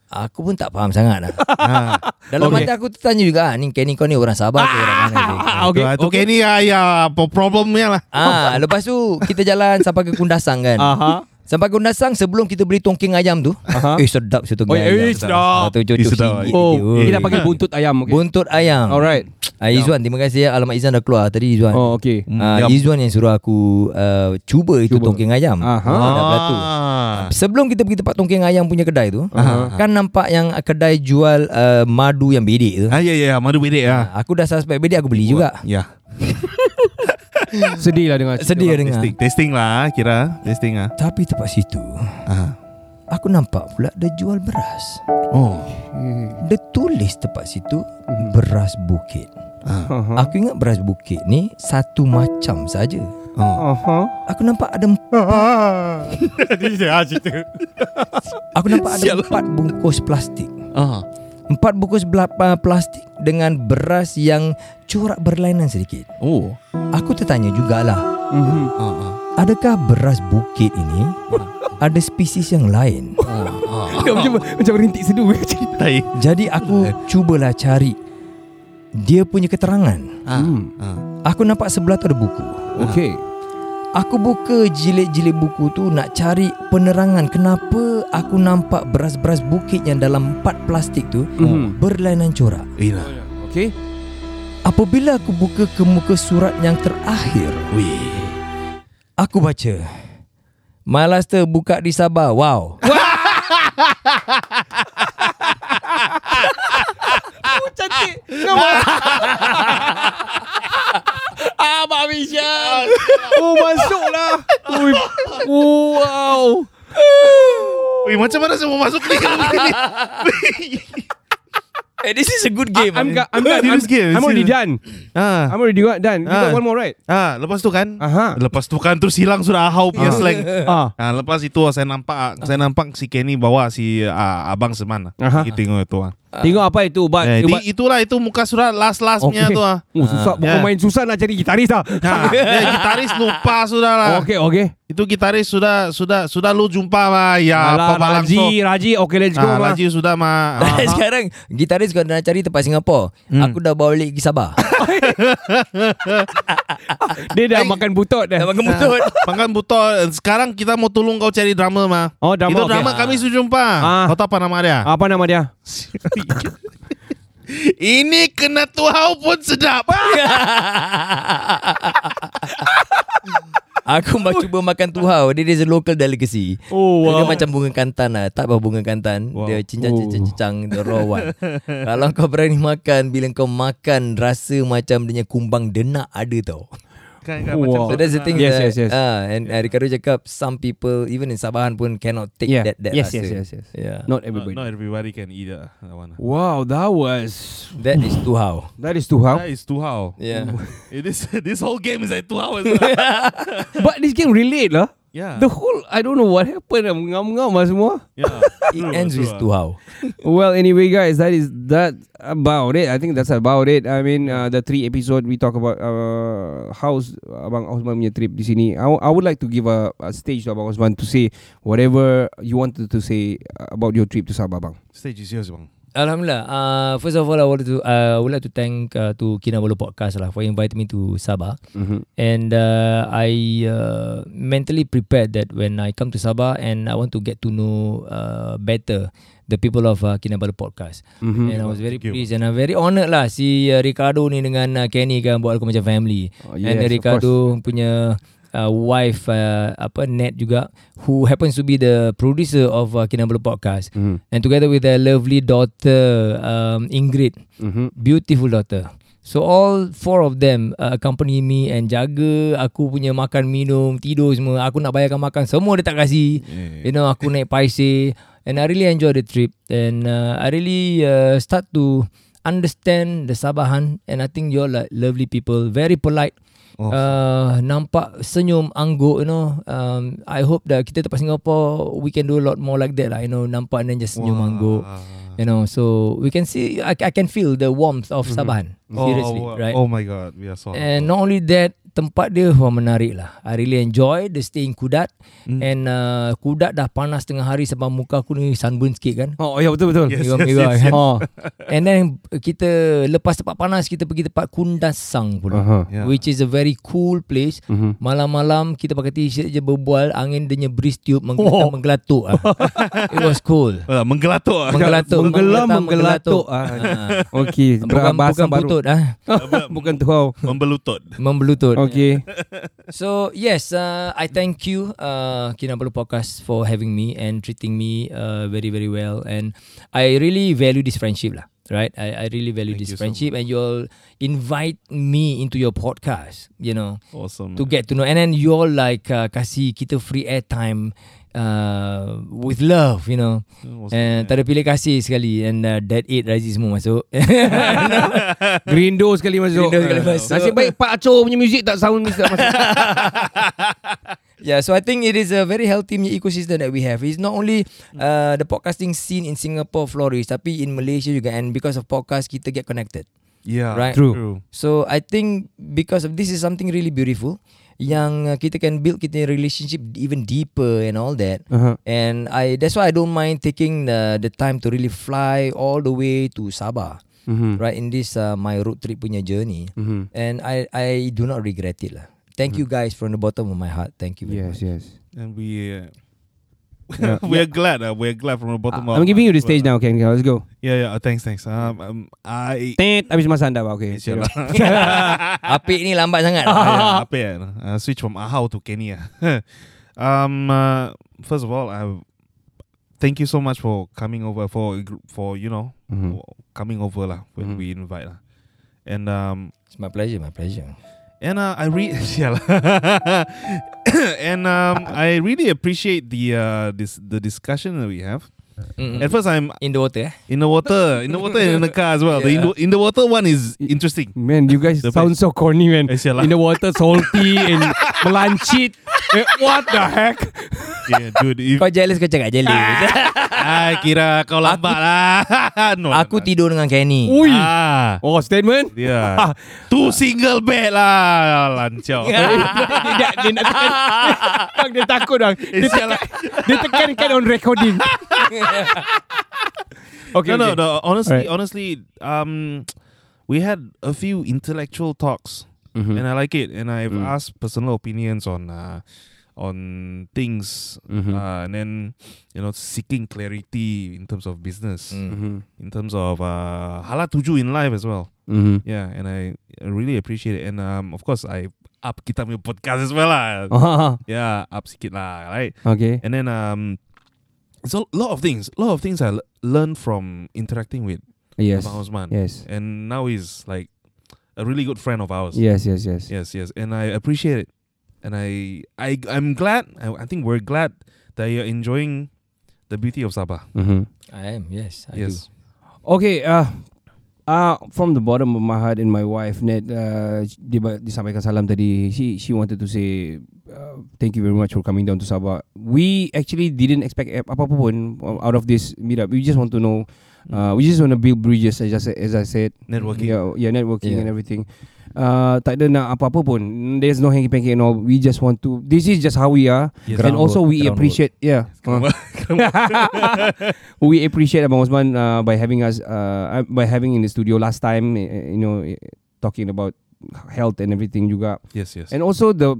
Speaker 4: Aku pun tak faham sangat lah
Speaker 1: ah.
Speaker 4: Dalam
Speaker 2: Okay.
Speaker 4: mata aku tertanya juga ah, Ni Kenny kau ni orang Sabah ke orang mana ni?
Speaker 2: Ah, okey.
Speaker 1: Okay, tu okay. ni ah, ya, po- problemnya lah.
Speaker 4: Ah, lepas tu kita jalan sampai ke Kundasang kan.
Speaker 2: Aha.
Speaker 4: Sampai Kundasang sebelum kita beli tongking ayam tu.
Speaker 2: Aha.
Speaker 4: Eh sedap situ tongking
Speaker 2: Oh, eh,
Speaker 4: ayam.
Speaker 2: sedap.
Speaker 4: Ah, tu cucuk
Speaker 1: Eh, sedap.
Speaker 4: sikit
Speaker 2: Oh,
Speaker 4: je.
Speaker 2: kita panggil buntut ayam okey.
Speaker 4: buntut ayam.
Speaker 2: Alright.
Speaker 4: Ah, Izzuan, terima kasih ya. Alamat Izzuan dah keluar tadi Izzuan.
Speaker 2: Oh, okey.
Speaker 4: Ah,
Speaker 1: Yap.
Speaker 4: Izzuan yang suruh aku uh, cuba itu
Speaker 2: Cuba.
Speaker 4: tongking ayam.
Speaker 2: Aha.
Speaker 1: Ah,
Speaker 4: Sedap lah tu. Sebelum kita pergi tempat tongking ayam punya kedai tu, kan nampak yang kedai jual uh, madu yang bedek tu.
Speaker 1: Ah, ya, ya, madu bedek ah.
Speaker 4: Aku dah suspect bedek aku beli juga.
Speaker 1: Ya.
Speaker 2: Sedih lah dengar.
Speaker 4: Sedih
Speaker 2: dengar.
Speaker 4: dengar.
Speaker 1: Testing, testing lah kira, testing ah.
Speaker 4: Tapi tempat situ,
Speaker 1: Ah.
Speaker 4: aku nampak pula dia jual beras.
Speaker 1: Oh.
Speaker 2: Hmm.
Speaker 4: Dia tulis tempat situ beras bukit.
Speaker 2: Mhm. Aha.
Speaker 4: Aku ingat beras bukit ni satu macam saja.
Speaker 2: Aha.
Speaker 4: Aku nampak ada empat-
Speaker 1: ah,
Speaker 4: aku nampak ada empat bungkus plastik.
Speaker 1: Ah.
Speaker 4: Empat bungkus bela- uh, plastik dengan beras yang corak berlainan sedikit.
Speaker 1: Oh.
Speaker 4: Aku tertanya jugalah,
Speaker 2: Mhm.
Speaker 1: Ah, ah.
Speaker 4: adakah beras bukit ini ada spesies yang lain?
Speaker 2: Macam macam rintik sedu eh.
Speaker 1: Tai.
Speaker 4: Jadi aku cubalah cari dia punya keterangan.
Speaker 1: Ah.
Speaker 2: Hmm.
Speaker 1: Ah.
Speaker 4: Aku nampak sebelah tu ada buku.
Speaker 2: Okey.
Speaker 4: Aku buka jilid-jilid buku tu nak cari penerangan kenapa aku nampak beras-beras bukit yang dalam empat plastik tu
Speaker 2: Mhm.
Speaker 4: berlainan corak.
Speaker 1: Ina.
Speaker 2: Okey.
Speaker 4: Apabila aku buka ke muka surat yang terakhir,
Speaker 1: Wih.
Speaker 4: aku baca Malaster buka di Sabah. Wow.
Speaker 2: Cantik. Nama. ah, Mak Michelle. Oh, masuklah. Ui. Wow.
Speaker 1: Wih, macam mana saya mau masuk ni kalau begini?
Speaker 4: Hey, Eh, this is a good game.
Speaker 2: I'm ga- I'm done. I'm,
Speaker 1: Serious game,
Speaker 2: I'm already
Speaker 1: serious.
Speaker 2: done.
Speaker 1: ah.
Speaker 2: I'm already done. You
Speaker 1: Ah.
Speaker 2: got one more right?
Speaker 1: Ah, lepas tu kan?
Speaker 2: Aha.
Speaker 1: Lepas tu kan terus hilang sudah ahau punya slang.
Speaker 2: Ah.
Speaker 1: Ah, lepas itu ah, saya nampak saya nampak si Kenny bawa si ah, abang Seman. Aha.
Speaker 2: Aha.
Speaker 1: Kita tengok itu ah.
Speaker 2: Tengok apa itu ubat.
Speaker 1: Eh,
Speaker 2: ubat.
Speaker 1: di, itulah itu muka surat last last punya tu ah.
Speaker 2: Oh, susah. Bukan
Speaker 1: Ya.
Speaker 2: main susah nak cari gitaris lah.
Speaker 1: Ha, dia gitaris lupa sudah lah.
Speaker 2: Okey, okey.
Speaker 1: Itu gitaris sudah sudah sudah lu jumpa mah ya
Speaker 2: Alah,
Speaker 1: apa balang
Speaker 2: Raji, Raji. Okey, let's
Speaker 1: Ah,
Speaker 2: go. Ma.
Speaker 1: Raji sudah mah. Ah.
Speaker 4: Sekarang gitaris kau nak cari tempat Singapura. Aku dah bawa balik pergi Sabah.
Speaker 2: Dia dah makan butut dah.
Speaker 4: Dah makan butut.
Speaker 1: Pangkat buto Sekarang kita mau tolong kau cari drama mah
Speaker 2: Oh, drama,
Speaker 1: Itu
Speaker 2: okey.
Speaker 1: drama kami sudah jumpa
Speaker 2: Ah.
Speaker 1: Kau tahu apa nama dia?
Speaker 2: Apa nama dia?
Speaker 1: Ini kena
Speaker 4: ah.
Speaker 1: tuhau pun sedap
Speaker 5: Aku mak cuba makan tuhau. Dia is a local delicacy.
Speaker 1: Oh,
Speaker 5: Dia
Speaker 1: wow.
Speaker 5: macam bunga kantan lah. Tak apa bunga kantan.
Speaker 2: Wow. Oh.
Speaker 5: Dia cincang-cincang the raw one. Kalau kau berani makan, bila kau makan rasa macam dia punya kumbang denak ada tau.
Speaker 1: Kan, kan, macam
Speaker 2: Wow.
Speaker 5: So that's the thing
Speaker 2: Yes,
Speaker 5: that,
Speaker 2: yes, yes.
Speaker 5: ah, and uh, Ricardo cakap Some people Even in Sabahan pun Cannot take
Speaker 2: Yeah.
Speaker 5: that, that
Speaker 2: Yes,
Speaker 5: rasa
Speaker 2: yes, yes, yes.
Speaker 5: Yeah.
Speaker 1: not,
Speaker 2: Not everybody.
Speaker 1: not Uh, everybody can eat uh, that one. ah.
Speaker 2: Wow, that was
Speaker 5: That is tuhau
Speaker 2: that is too hard.
Speaker 1: That is too how.
Speaker 5: Yeah
Speaker 1: this this whole game is like two hours.
Speaker 2: But this game relate lah.
Speaker 1: yeah.
Speaker 2: The whole I don't know what happened. I'm ngam-ngam lah semua.
Speaker 1: yeah.
Speaker 5: It
Speaker 1: True,
Speaker 5: ends
Speaker 1: true,
Speaker 5: with
Speaker 1: ah.
Speaker 5: tuhau
Speaker 2: Well, anyway, guys, that is that about it. I think that's about it. I mean, uh, the three episode we talk about uh, how's Abang Osman punya trip di sini. I, w- I would like to give a, a stage to Abang Osman to say whatever you wanted to say about your trip to Sabah, Abang.
Speaker 1: Stage is yours, bang.
Speaker 4: Alhamdulillah. Uh, first of all, I would to uh, I would like to thank uh, to Kinabalu Podcast lah for inviting me to Sabah.
Speaker 2: Mm-hmm.
Speaker 4: And uh, I uh, mentally prepared that when I come to Sabah and I want to get to know uh, better the people of uh, Kinabalu Podcast.
Speaker 2: Mm-hmm.
Speaker 4: And I was very
Speaker 1: Thank you.
Speaker 4: pleased and I'm very honoured lah si uh, Ricardo ni dengan uh, Kenny kan buat aku macam family.
Speaker 2: Oh, yes,
Speaker 4: And
Speaker 2: of
Speaker 4: Ricardo punya uh, wife uh, apa Ned juga who happens to be the producer of uh, Kinabalu Podcast.
Speaker 2: Mm-hmm.
Speaker 4: And together with their lovely daughter um, Ingrid,
Speaker 2: Mm-hmm.
Speaker 4: beautiful daughter. So all four of them uh, accompany me and jaga aku punya makan minum tidur semua. Aku nak bayarkan makan semua dia tak kasih. You know aku naik paise and I really enjoy the trip and uh, I really uh, start to understand the Sabahan and I think you're like lovely people, very polite.
Speaker 1: Oh.
Speaker 4: Uh, nampak senyum angguk you know um, I hope that kita tempat Singapore we can do a lot more like that lah you know nampak and then just senyum angguk you know so we can see I, I can feel the warmth of Sabahan seriously
Speaker 1: Mm-hmm. oh,
Speaker 4: right Eh.
Speaker 1: Oh my god, we are so.
Speaker 4: and not only that tempat dia wah menarik lah I really enjoy the stay in Kudat
Speaker 2: Hmm.
Speaker 4: mm. and uh, Kudat dah panas tengah hari sebab muka aku ni sunburn sikit kan
Speaker 2: Oh, yeah, betul betul.
Speaker 1: Yes,
Speaker 4: Merah,
Speaker 1: yes,
Speaker 4: merah
Speaker 1: yes,
Speaker 4: kan? Oh. And then kita lepas tempat panas kita pergi tempat Kundasang pula.
Speaker 2: Uh-huh.
Speaker 1: Yeah.
Speaker 4: Which is a very cool place.
Speaker 2: Mm-hmm.
Speaker 4: Malam-malam kita pakai t-shirt je berbual, angin dia punya breeze tube menggelatuk oh. menggelatuk ah. It was cool.
Speaker 1: uh, menggelatuk. ah.
Speaker 4: Menggelatuk,
Speaker 2: Menggelam
Speaker 4: menggeletar,
Speaker 2: menggelatuk. Ah. Okey,
Speaker 4: Bukan,
Speaker 2: bahasa
Speaker 4: bukan
Speaker 2: baru.
Speaker 4: butut ah,
Speaker 2: bukan tuhau.
Speaker 1: Membelutut.
Speaker 4: membelutut.
Speaker 2: Okey.
Speaker 4: So yes, uh, I thank you, uh, Kinabalu Podcast, for having me and treating me uh, very very well. And I really value this friendship, lah. Right? I, I really value
Speaker 1: Thank
Speaker 4: this
Speaker 1: you so
Speaker 4: friendship, and you'll invite me into your podcast. You know,
Speaker 1: Awesome.
Speaker 4: to get to know, and then you're like uh, kasih kita free airtime uh, with love. You know. And tak ada pilih kasih sekali And uh, that it Razi semua masuk
Speaker 2: Grindo sekali masuk.
Speaker 4: Grindo sekali
Speaker 2: Ah.
Speaker 4: masuk.
Speaker 2: Nasib baik Pak Acho punya music tak sound ni tak masuk.
Speaker 4: Yeah, so I think it is a very healthy punya ecosystem that we have. It's not only uh, the podcasting scene in Singapore flourish, tapi in Malaysia juga. And because of podcast, kita get connected.
Speaker 1: yeah.
Speaker 4: Right.
Speaker 2: True.
Speaker 4: So I think because of this is something really beautiful, yang uh, kita can build kita relationship even deeper and all that.
Speaker 2: Uh-huh.
Speaker 4: And I that's why I don't mind taking the the time to really fly all the way to Sabah,
Speaker 2: Mm-hmm.
Speaker 4: right? In this uh, my road trip punya journey,
Speaker 2: Mm-hmm.
Speaker 4: and I I do not regret it lah. Thank you guys from the bottom of my heart. Thank you. Very
Speaker 2: Yes,
Speaker 4: much.
Speaker 2: yes.
Speaker 1: And we. Uh, we're glad. Uh, we're glad from the bottom. of
Speaker 2: Ah, I'm giving you the
Speaker 1: our-
Speaker 2: stage now, Ken. Let's go.
Speaker 1: Yeah, yeah. uh, thanks, thanks. Um, um I.
Speaker 2: Tet, habis masa anda. Okay.
Speaker 1: Insyaallah.
Speaker 4: Apik ni lambat sangat.
Speaker 1: Ah, yeah, apa ya? Uh, switch from Ahau to Kenya. um, uh, first of all, I thank you so much for coming over for for you know
Speaker 2: Mhm.
Speaker 1: coming over lah when
Speaker 2: Mhm.
Speaker 1: we invite lah. And um
Speaker 4: It's my pleasure, my pleasure.
Speaker 1: and uh, I re yeah lah. and um I really appreciate the uh this the discussion that we have. At first I'm
Speaker 4: In the water eh?
Speaker 1: in the water, in the water and in the car as well. The in,
Speaker 4: Yeah.
Speaker 1: the, in the water one is interesting.
Speaker 2: Man, you guys
Speaker 1: The
Speaker 2: sound so corny, man.
Speaker 1: Eh, sial lah.
Speaker 2: In the water, salty and melancit. Eh, What the heck?
Speaker 1: yeah, dude. If,
Speaker 4: Kau jealous kau cakap jealous.
Speaker 1: I Ah, kira kau lambat lah. no, no,
Speaker 4: aku
Speaker 1: no.
Speaker 4: tidur dengan Kenny.
Speaker 2: Ui.
Speaker 1: Ah.
Speaker 2: Oh, statement?
Speaker 1: Yeah. tu single bed lah Lancau
Speaker 2: Eh, dia, dia, dia nak tekan. Bang, dia takut bang. Dia,
Speaker 1: sial
Speaker 2: tekan,
Speaker 1: lah.
Speaker 2: dia tekankan on recording. okay,
Speaker 1: No no
Speaker 2: okay.
Speaker 1: no Honestly
Speaker 2: Alright.
Speaker 1: honestly um, We had a few intellectual talks
Speaker 2: Mhm.
Speaker 1: And I like it And I've
Speaker 2: Mm.
Speaker 1: asked personal opinions on uh, on things,
Speaker 2: Mm-hmm. Mm.
Speaker 1: uh,
Speaker 2: Ah.
Speaker 1: and then you know seeking clarity in terms of business,
Speaker 2: Mm.
Speaker 1: in terms of uh, halal tuju in life as well.
Speaker 2: Mm-hmm.
Speaker 1: Yeah, and I, I really appreciate it. And um, of course, I up kita punya podcast as well lah.
Speaker 2: Ah,
Speaker 1: Yeah, up sikit lah, right?
Speaker 2: okay.
Speaker 1: And then um, it's a lot of things. A lot of things I l- learned from interacting with
Speaker 2: Yes.
Speaker 1: Abang Osman.
Speaker 2: Yes.
Speaker 1: And now he's like a really good friend of ours.
Speaker 2: Yes, yes, yes.
Speaker 1: Yes, yes. And I appreciate it. And I, I, I'm glad. I, I think we're glad that you're enjoying the beauty of Sabah.
Speaker 2: Mm-hmm.
Speaker 4: I am, yes. I
Speaker 1: yes.
Speaker 2: Okay, uh, uh, from the bottom of my heart and my wife, Ned, uh, dia ba- disampaikan salam tadi. She she wanted to say uh, thank you very much for coming down to Sabah. We actually didn't expect ap- apa-apa pun uh, out of this meetup. We just want to know,
Speaker 4: Hmm.
Speaker 2: uh, we just want to build bridges as I said. As I said.
Speaker 1: Networking.
Speaker 2: Yeah, yeah networking
Speaker 4: Yeah.
Speaker 2: and everything. Uh, tak ada nak apa-apa pun. There's no hanky panky and all. We just want to. This is just how we are.
Speaker 1: Yes.
Speaker 2: and also we
Speaker 4: Groundwork.
Speaker 2: appreciate. Yeah. Uh. we appreciate Abang Osman uh, by having us uh, by having in the studio last time. eh, eh, You know, eh, talking about health and everything juga.
Speaker 1: Yes, yes.
Speaker 2: And also the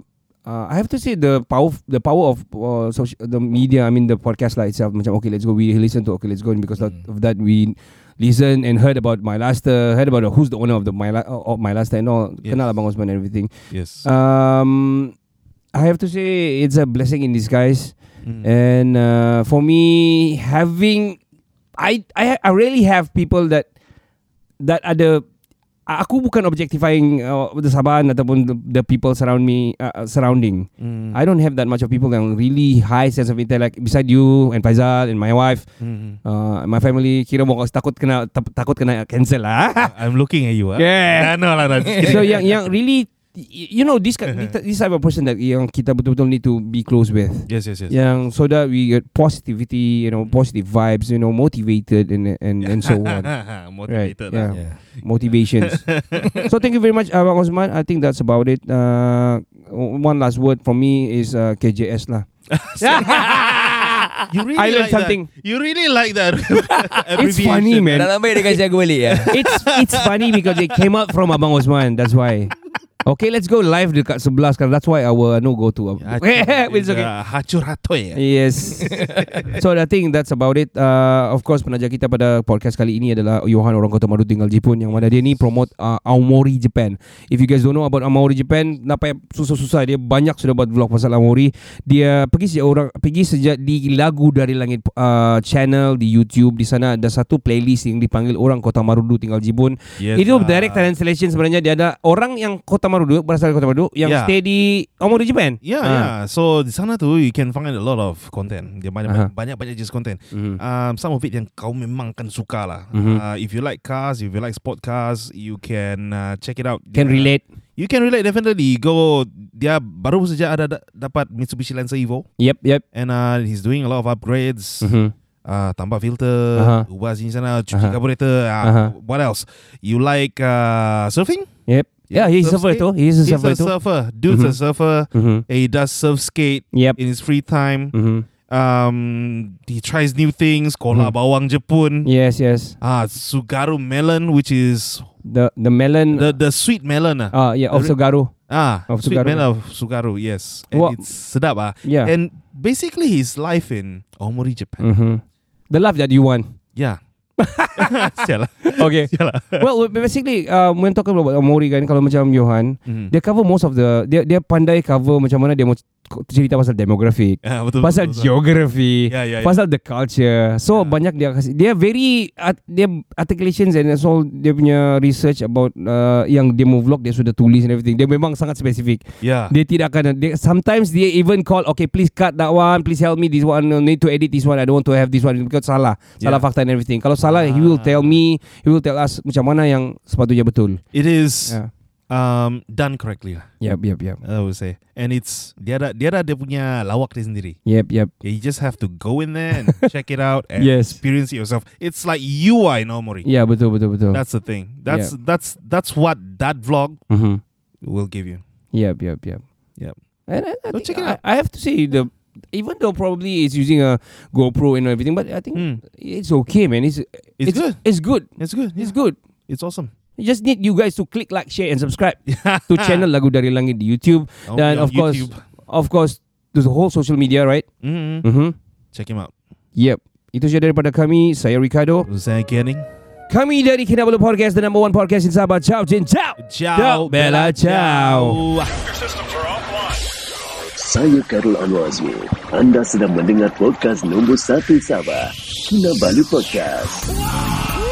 Speaker 2: uh, I have to say the power the power of uh, social, the media. I mean the podcast like itself. Macam okay, let's go. We listen to okay, let's go. And because that- of that, we listen and heard about my last uh, heard about who's the owner of the my La- uh, of my last and all.
Speaker 1: Yes.
Speaker 2: Kenal abang Osman and everything.
Speaker 1: yes.
Speaker 2: uh, Um, I have to say it's a blessing in disguise.
Speaker 1: Mm.
Speaker 2: And uh, for me, having I I I really have people that that are the aku bukan objectifying uh, the Saban ataupun the, the people surround me uh, uh, surrounding.
Speaker 1: Mm.
Speaker 2: I don't have that much of people yang really high sense of intellect beside you and Faizal and my wife,
Speaker 1: Mm.
Speaker 2: uh, and my family. Kira mau kau takut kena tak- takut kena cancel lah.
Speaker 1: I'm looking at you. ah.
Speaker 2: Yeah.
Speaker 1: Nah, no, lah, nah, just kidding.
Speaker 2: so yang yang really you know this kind
Speaker 1: Uh-huh.
Speaker 2: this type of person that yang kita betul-betul need to be close with.
Speaker 1: yes, yes, yes.
Speaker 2: Yang so that we get positivity, you know, positive vibes, you know, motivated and and and so on.
Speaker 1: Motivated.
Speaker 2: Right,
Speaker 1: lah.
Speaker 2: yeah. Motivations. so thank you very much, Abang Osman. I think that's about it. Uh, one last word from me is uh, KJS lah.
Speaker 1: You really
Speaker 2: I learned
Speaker 1: like that.
Speaker 2: something.
Speaker 1: You really like that.
Speaker 2: It's funny,
Speaker 1: abbreviation.
Speaker 2: man.
Speaker 5: Dah lama dia kasi aku balik ya.
Speaker 2: it's it's funny because it came out from Abang Osman. That's why. Okay, let's go live dekat sebelah sekarang. That's why our no go to. it's okay.
Speaker 1: Uh, Hacur hatoi.
Speaker 2: Yes. so I think that's about it. Uh, of course penaja kita pada podcast kali ini adalah Johan orang Kota Maru tinggal Jepun yang mana dia ni promote uh, Aomori Japan. If you guys don't know about Aomori Japan, apa susah-susah dia banyak sudah buat vlog pasal Aomori. Dia pergi sejak orang pergi sejak di lagu dari langit uh, channel di YouTube di sana ada satu playlist yang dipanggil orang Kota Marudu tinggal Jibun.
Speaker 1: Yes,
Speaker 2: Itu
Speaker 1: ah.
Speaker 2: direct translation sebenarnya dia ada orang yang Kota Marudu berasal dari Kota Marudu yang
Speaker 1: Yeah.
Speaker 2: stay di Aomori Japan.
Speaker 1: Yeah,
Speaker 2: Ah.
Speaker 1: yeah. So di sana tu you can find a lot of content. Dia banyak
Speaker 2: Aha.
Speaker 1: banyak banyak jenis content.
Speaker 2: Mhm.
Speaker 1: Um, some of it yang kau memang kan suka lah.
Speaker 2: Mhm.
Speaker 1: Uh, if you like cars, if you like sport cars, you can uh, check it out.
Speaker 2: Can
Speaker 1: Dia-
Speaker 2: relate.
Speaker 1: You can relate definitely. Go dia baru saja ada da- dapat Mitsubishi Lancer Evo
Speaker 2: Yep, yep.
Speaker 1: and uh, he's doing a lot of upgrades.
Speaker 2: Mhm.
Speaker 1: Ah, tambah filter,
Speaker 2: Aha.
Speaker 1: ubah sini sana, cuci
Speaker 2: Aha.
Speaker 1: carburetor. ah,
Speaker 2: Aha.
Speaker 1: What else? You like uh, surfing?
Speaker 2: Yep. Yeah, he's a surfer too. He's a
Speaker 1: He's
Speaker 2: surfer
Speaker 1: a
Speaker 2: too.
Speaker 1: surfer. Dude's a
Speaker 2: Mhm.
Speaker 1: surfer.
Speaker 2: Mm-hmm.
Speaker 1: He does surf skate
Speaker 2: Yep.
Speaker 1: in his free time.
Speaker 2: Mm-hmm.
Speaker 1: Um, he tries new things. Kola
Speaker 2: Mhm.
Speaker 1: bawang Jepun.
Speaker 2: Yes, yes.
Speaker 1: Ah, Sugaru melon, which is
Speaker 2: The the melon.
Speaker 1: the the sweet melon. ah.
Speaker 2: uh, yeah, of
Speaker 1: the-
Speaker 2: Sugaru.
Speaker 1: Ah,
Speaker 2: Of
Speaker 1: sweet
Speaker 2: Sugaru.
Speaker 1: melon of Sugaru. Yes, and
Speaker 2: Wha-
Speaker 1: it's sedap. Ah,
Speaker 2: Yeah.
Speaker 1: and basically his life in Omori, Japan.
Speaker 2: mm-hmm. The love that you want.
Speaker 1: Yeah. Sial ah. lah.
Speaker 2: Okay.
Speaker 1: Sial lah.
Speaker 2: well, basically, uh, when talking about Omori kan, kalau macam Johan,
Speaker 1: Mhm.
Speaker 2: dia cover most of the, dia dia pandai cover macam mana dia mau cerita pasal demographic,
Speaker 1: Ah, betul,
Speaker 2: pasal
Speaker 1: betul, betul.
Speaker 2: geography,
Speaker 1: Ya, ya, ya.
Speaker 2: pasal the culture. So
Speaker 1: Yeah.
Speaker 2: banyak dia kasih. Dia very art, dia articulations and so dia punya research about uh, yang dia mau vlog dia sudah tulis and everything. Dia memang sangat spesifik.
Speaker 1: Yeah.
Speaker 2: Dia tidak akan dia, Sometimes dia even call Okay please cut that one Please help me this one I Need to edit this one I don't want to have this one Because salah
Speaker 1: Yeah.
Speaker 2: Salah fakta and everything Kalau salah He will
Speaker 1: Ya. Ah.
Speaker 2: tell me He will tell us Macam mana yang Sepatutnya betul
Speaker 1: It is
Speaker 2: Yeah
Speaker 1: um, done correctly lah.
Speaker 2: Yep yep yep
Speaker 1: I would say. And it's dia ada dia ada dia punya lawak dia sendiri.
Speaker 2: Yep yep
Speaker 1: Yeah, you just have to go in there and check it out and
Speaker 2: Yes.
Speaker 1: experience it yourself. It's like you are in Omori.
Speaker 2: Ya yeah, betul betul betul
Speaker 1: That's the thing. That's that's that's what that vlog
Speaker 2: Mhm.
Speaker 1: will give you.
Speaker 2: Yep yep yep
Speaker 1: Yep.
Speaker 2: And I, I,
Speaker 1: So
Speaker 2: think
Speaker 1: check it
Speaker 2: I, I have to say the Even though probably it's using a GoPro and everything, but I think
Speaker 1: Mm.
Speaker 2: it's okay, man. Hmm. It's
Speaker 1: It's, good.
Speaker 2: It's good.
Speaker 1: It's good.
Speaker 2: It's
Speaker 1: It's
Speaker 2: good.
Speaker 1: it's awesome.
Speaker 2: You just need you guys to click like, share, and subscribe to channel Lagu Dari Langit di YouTube.
Speaker 1: Oh,
Speaker 2: Dan
Speaker 1: on
Speaker 2: of course-
Speaker 1: YouTube.
Speaker 2: of course the whole social media, right?
Speaker 1: Mm-hmm.
Speaker 2: Mm-hmm.
Speaker 1: Check him out.
Speaker 2: Yep. Itu saja daripada kami. Saya Ricardo.
Speaker 1: Zain Kenning.
Speaker 2: Kami dari Kinabalu Podcast, the number one podcast in Sabah. Ciao, Jin. Ciao.
Speaker 1: Ciao,
Speaker 2: Bella. Ciao.
Speaker 1: Ciao.
Speaker 6: Saya Karul Anwar Azmi. Anda sedang mendengar podcast nombor 1 Sabah, Kinabalu Podcast.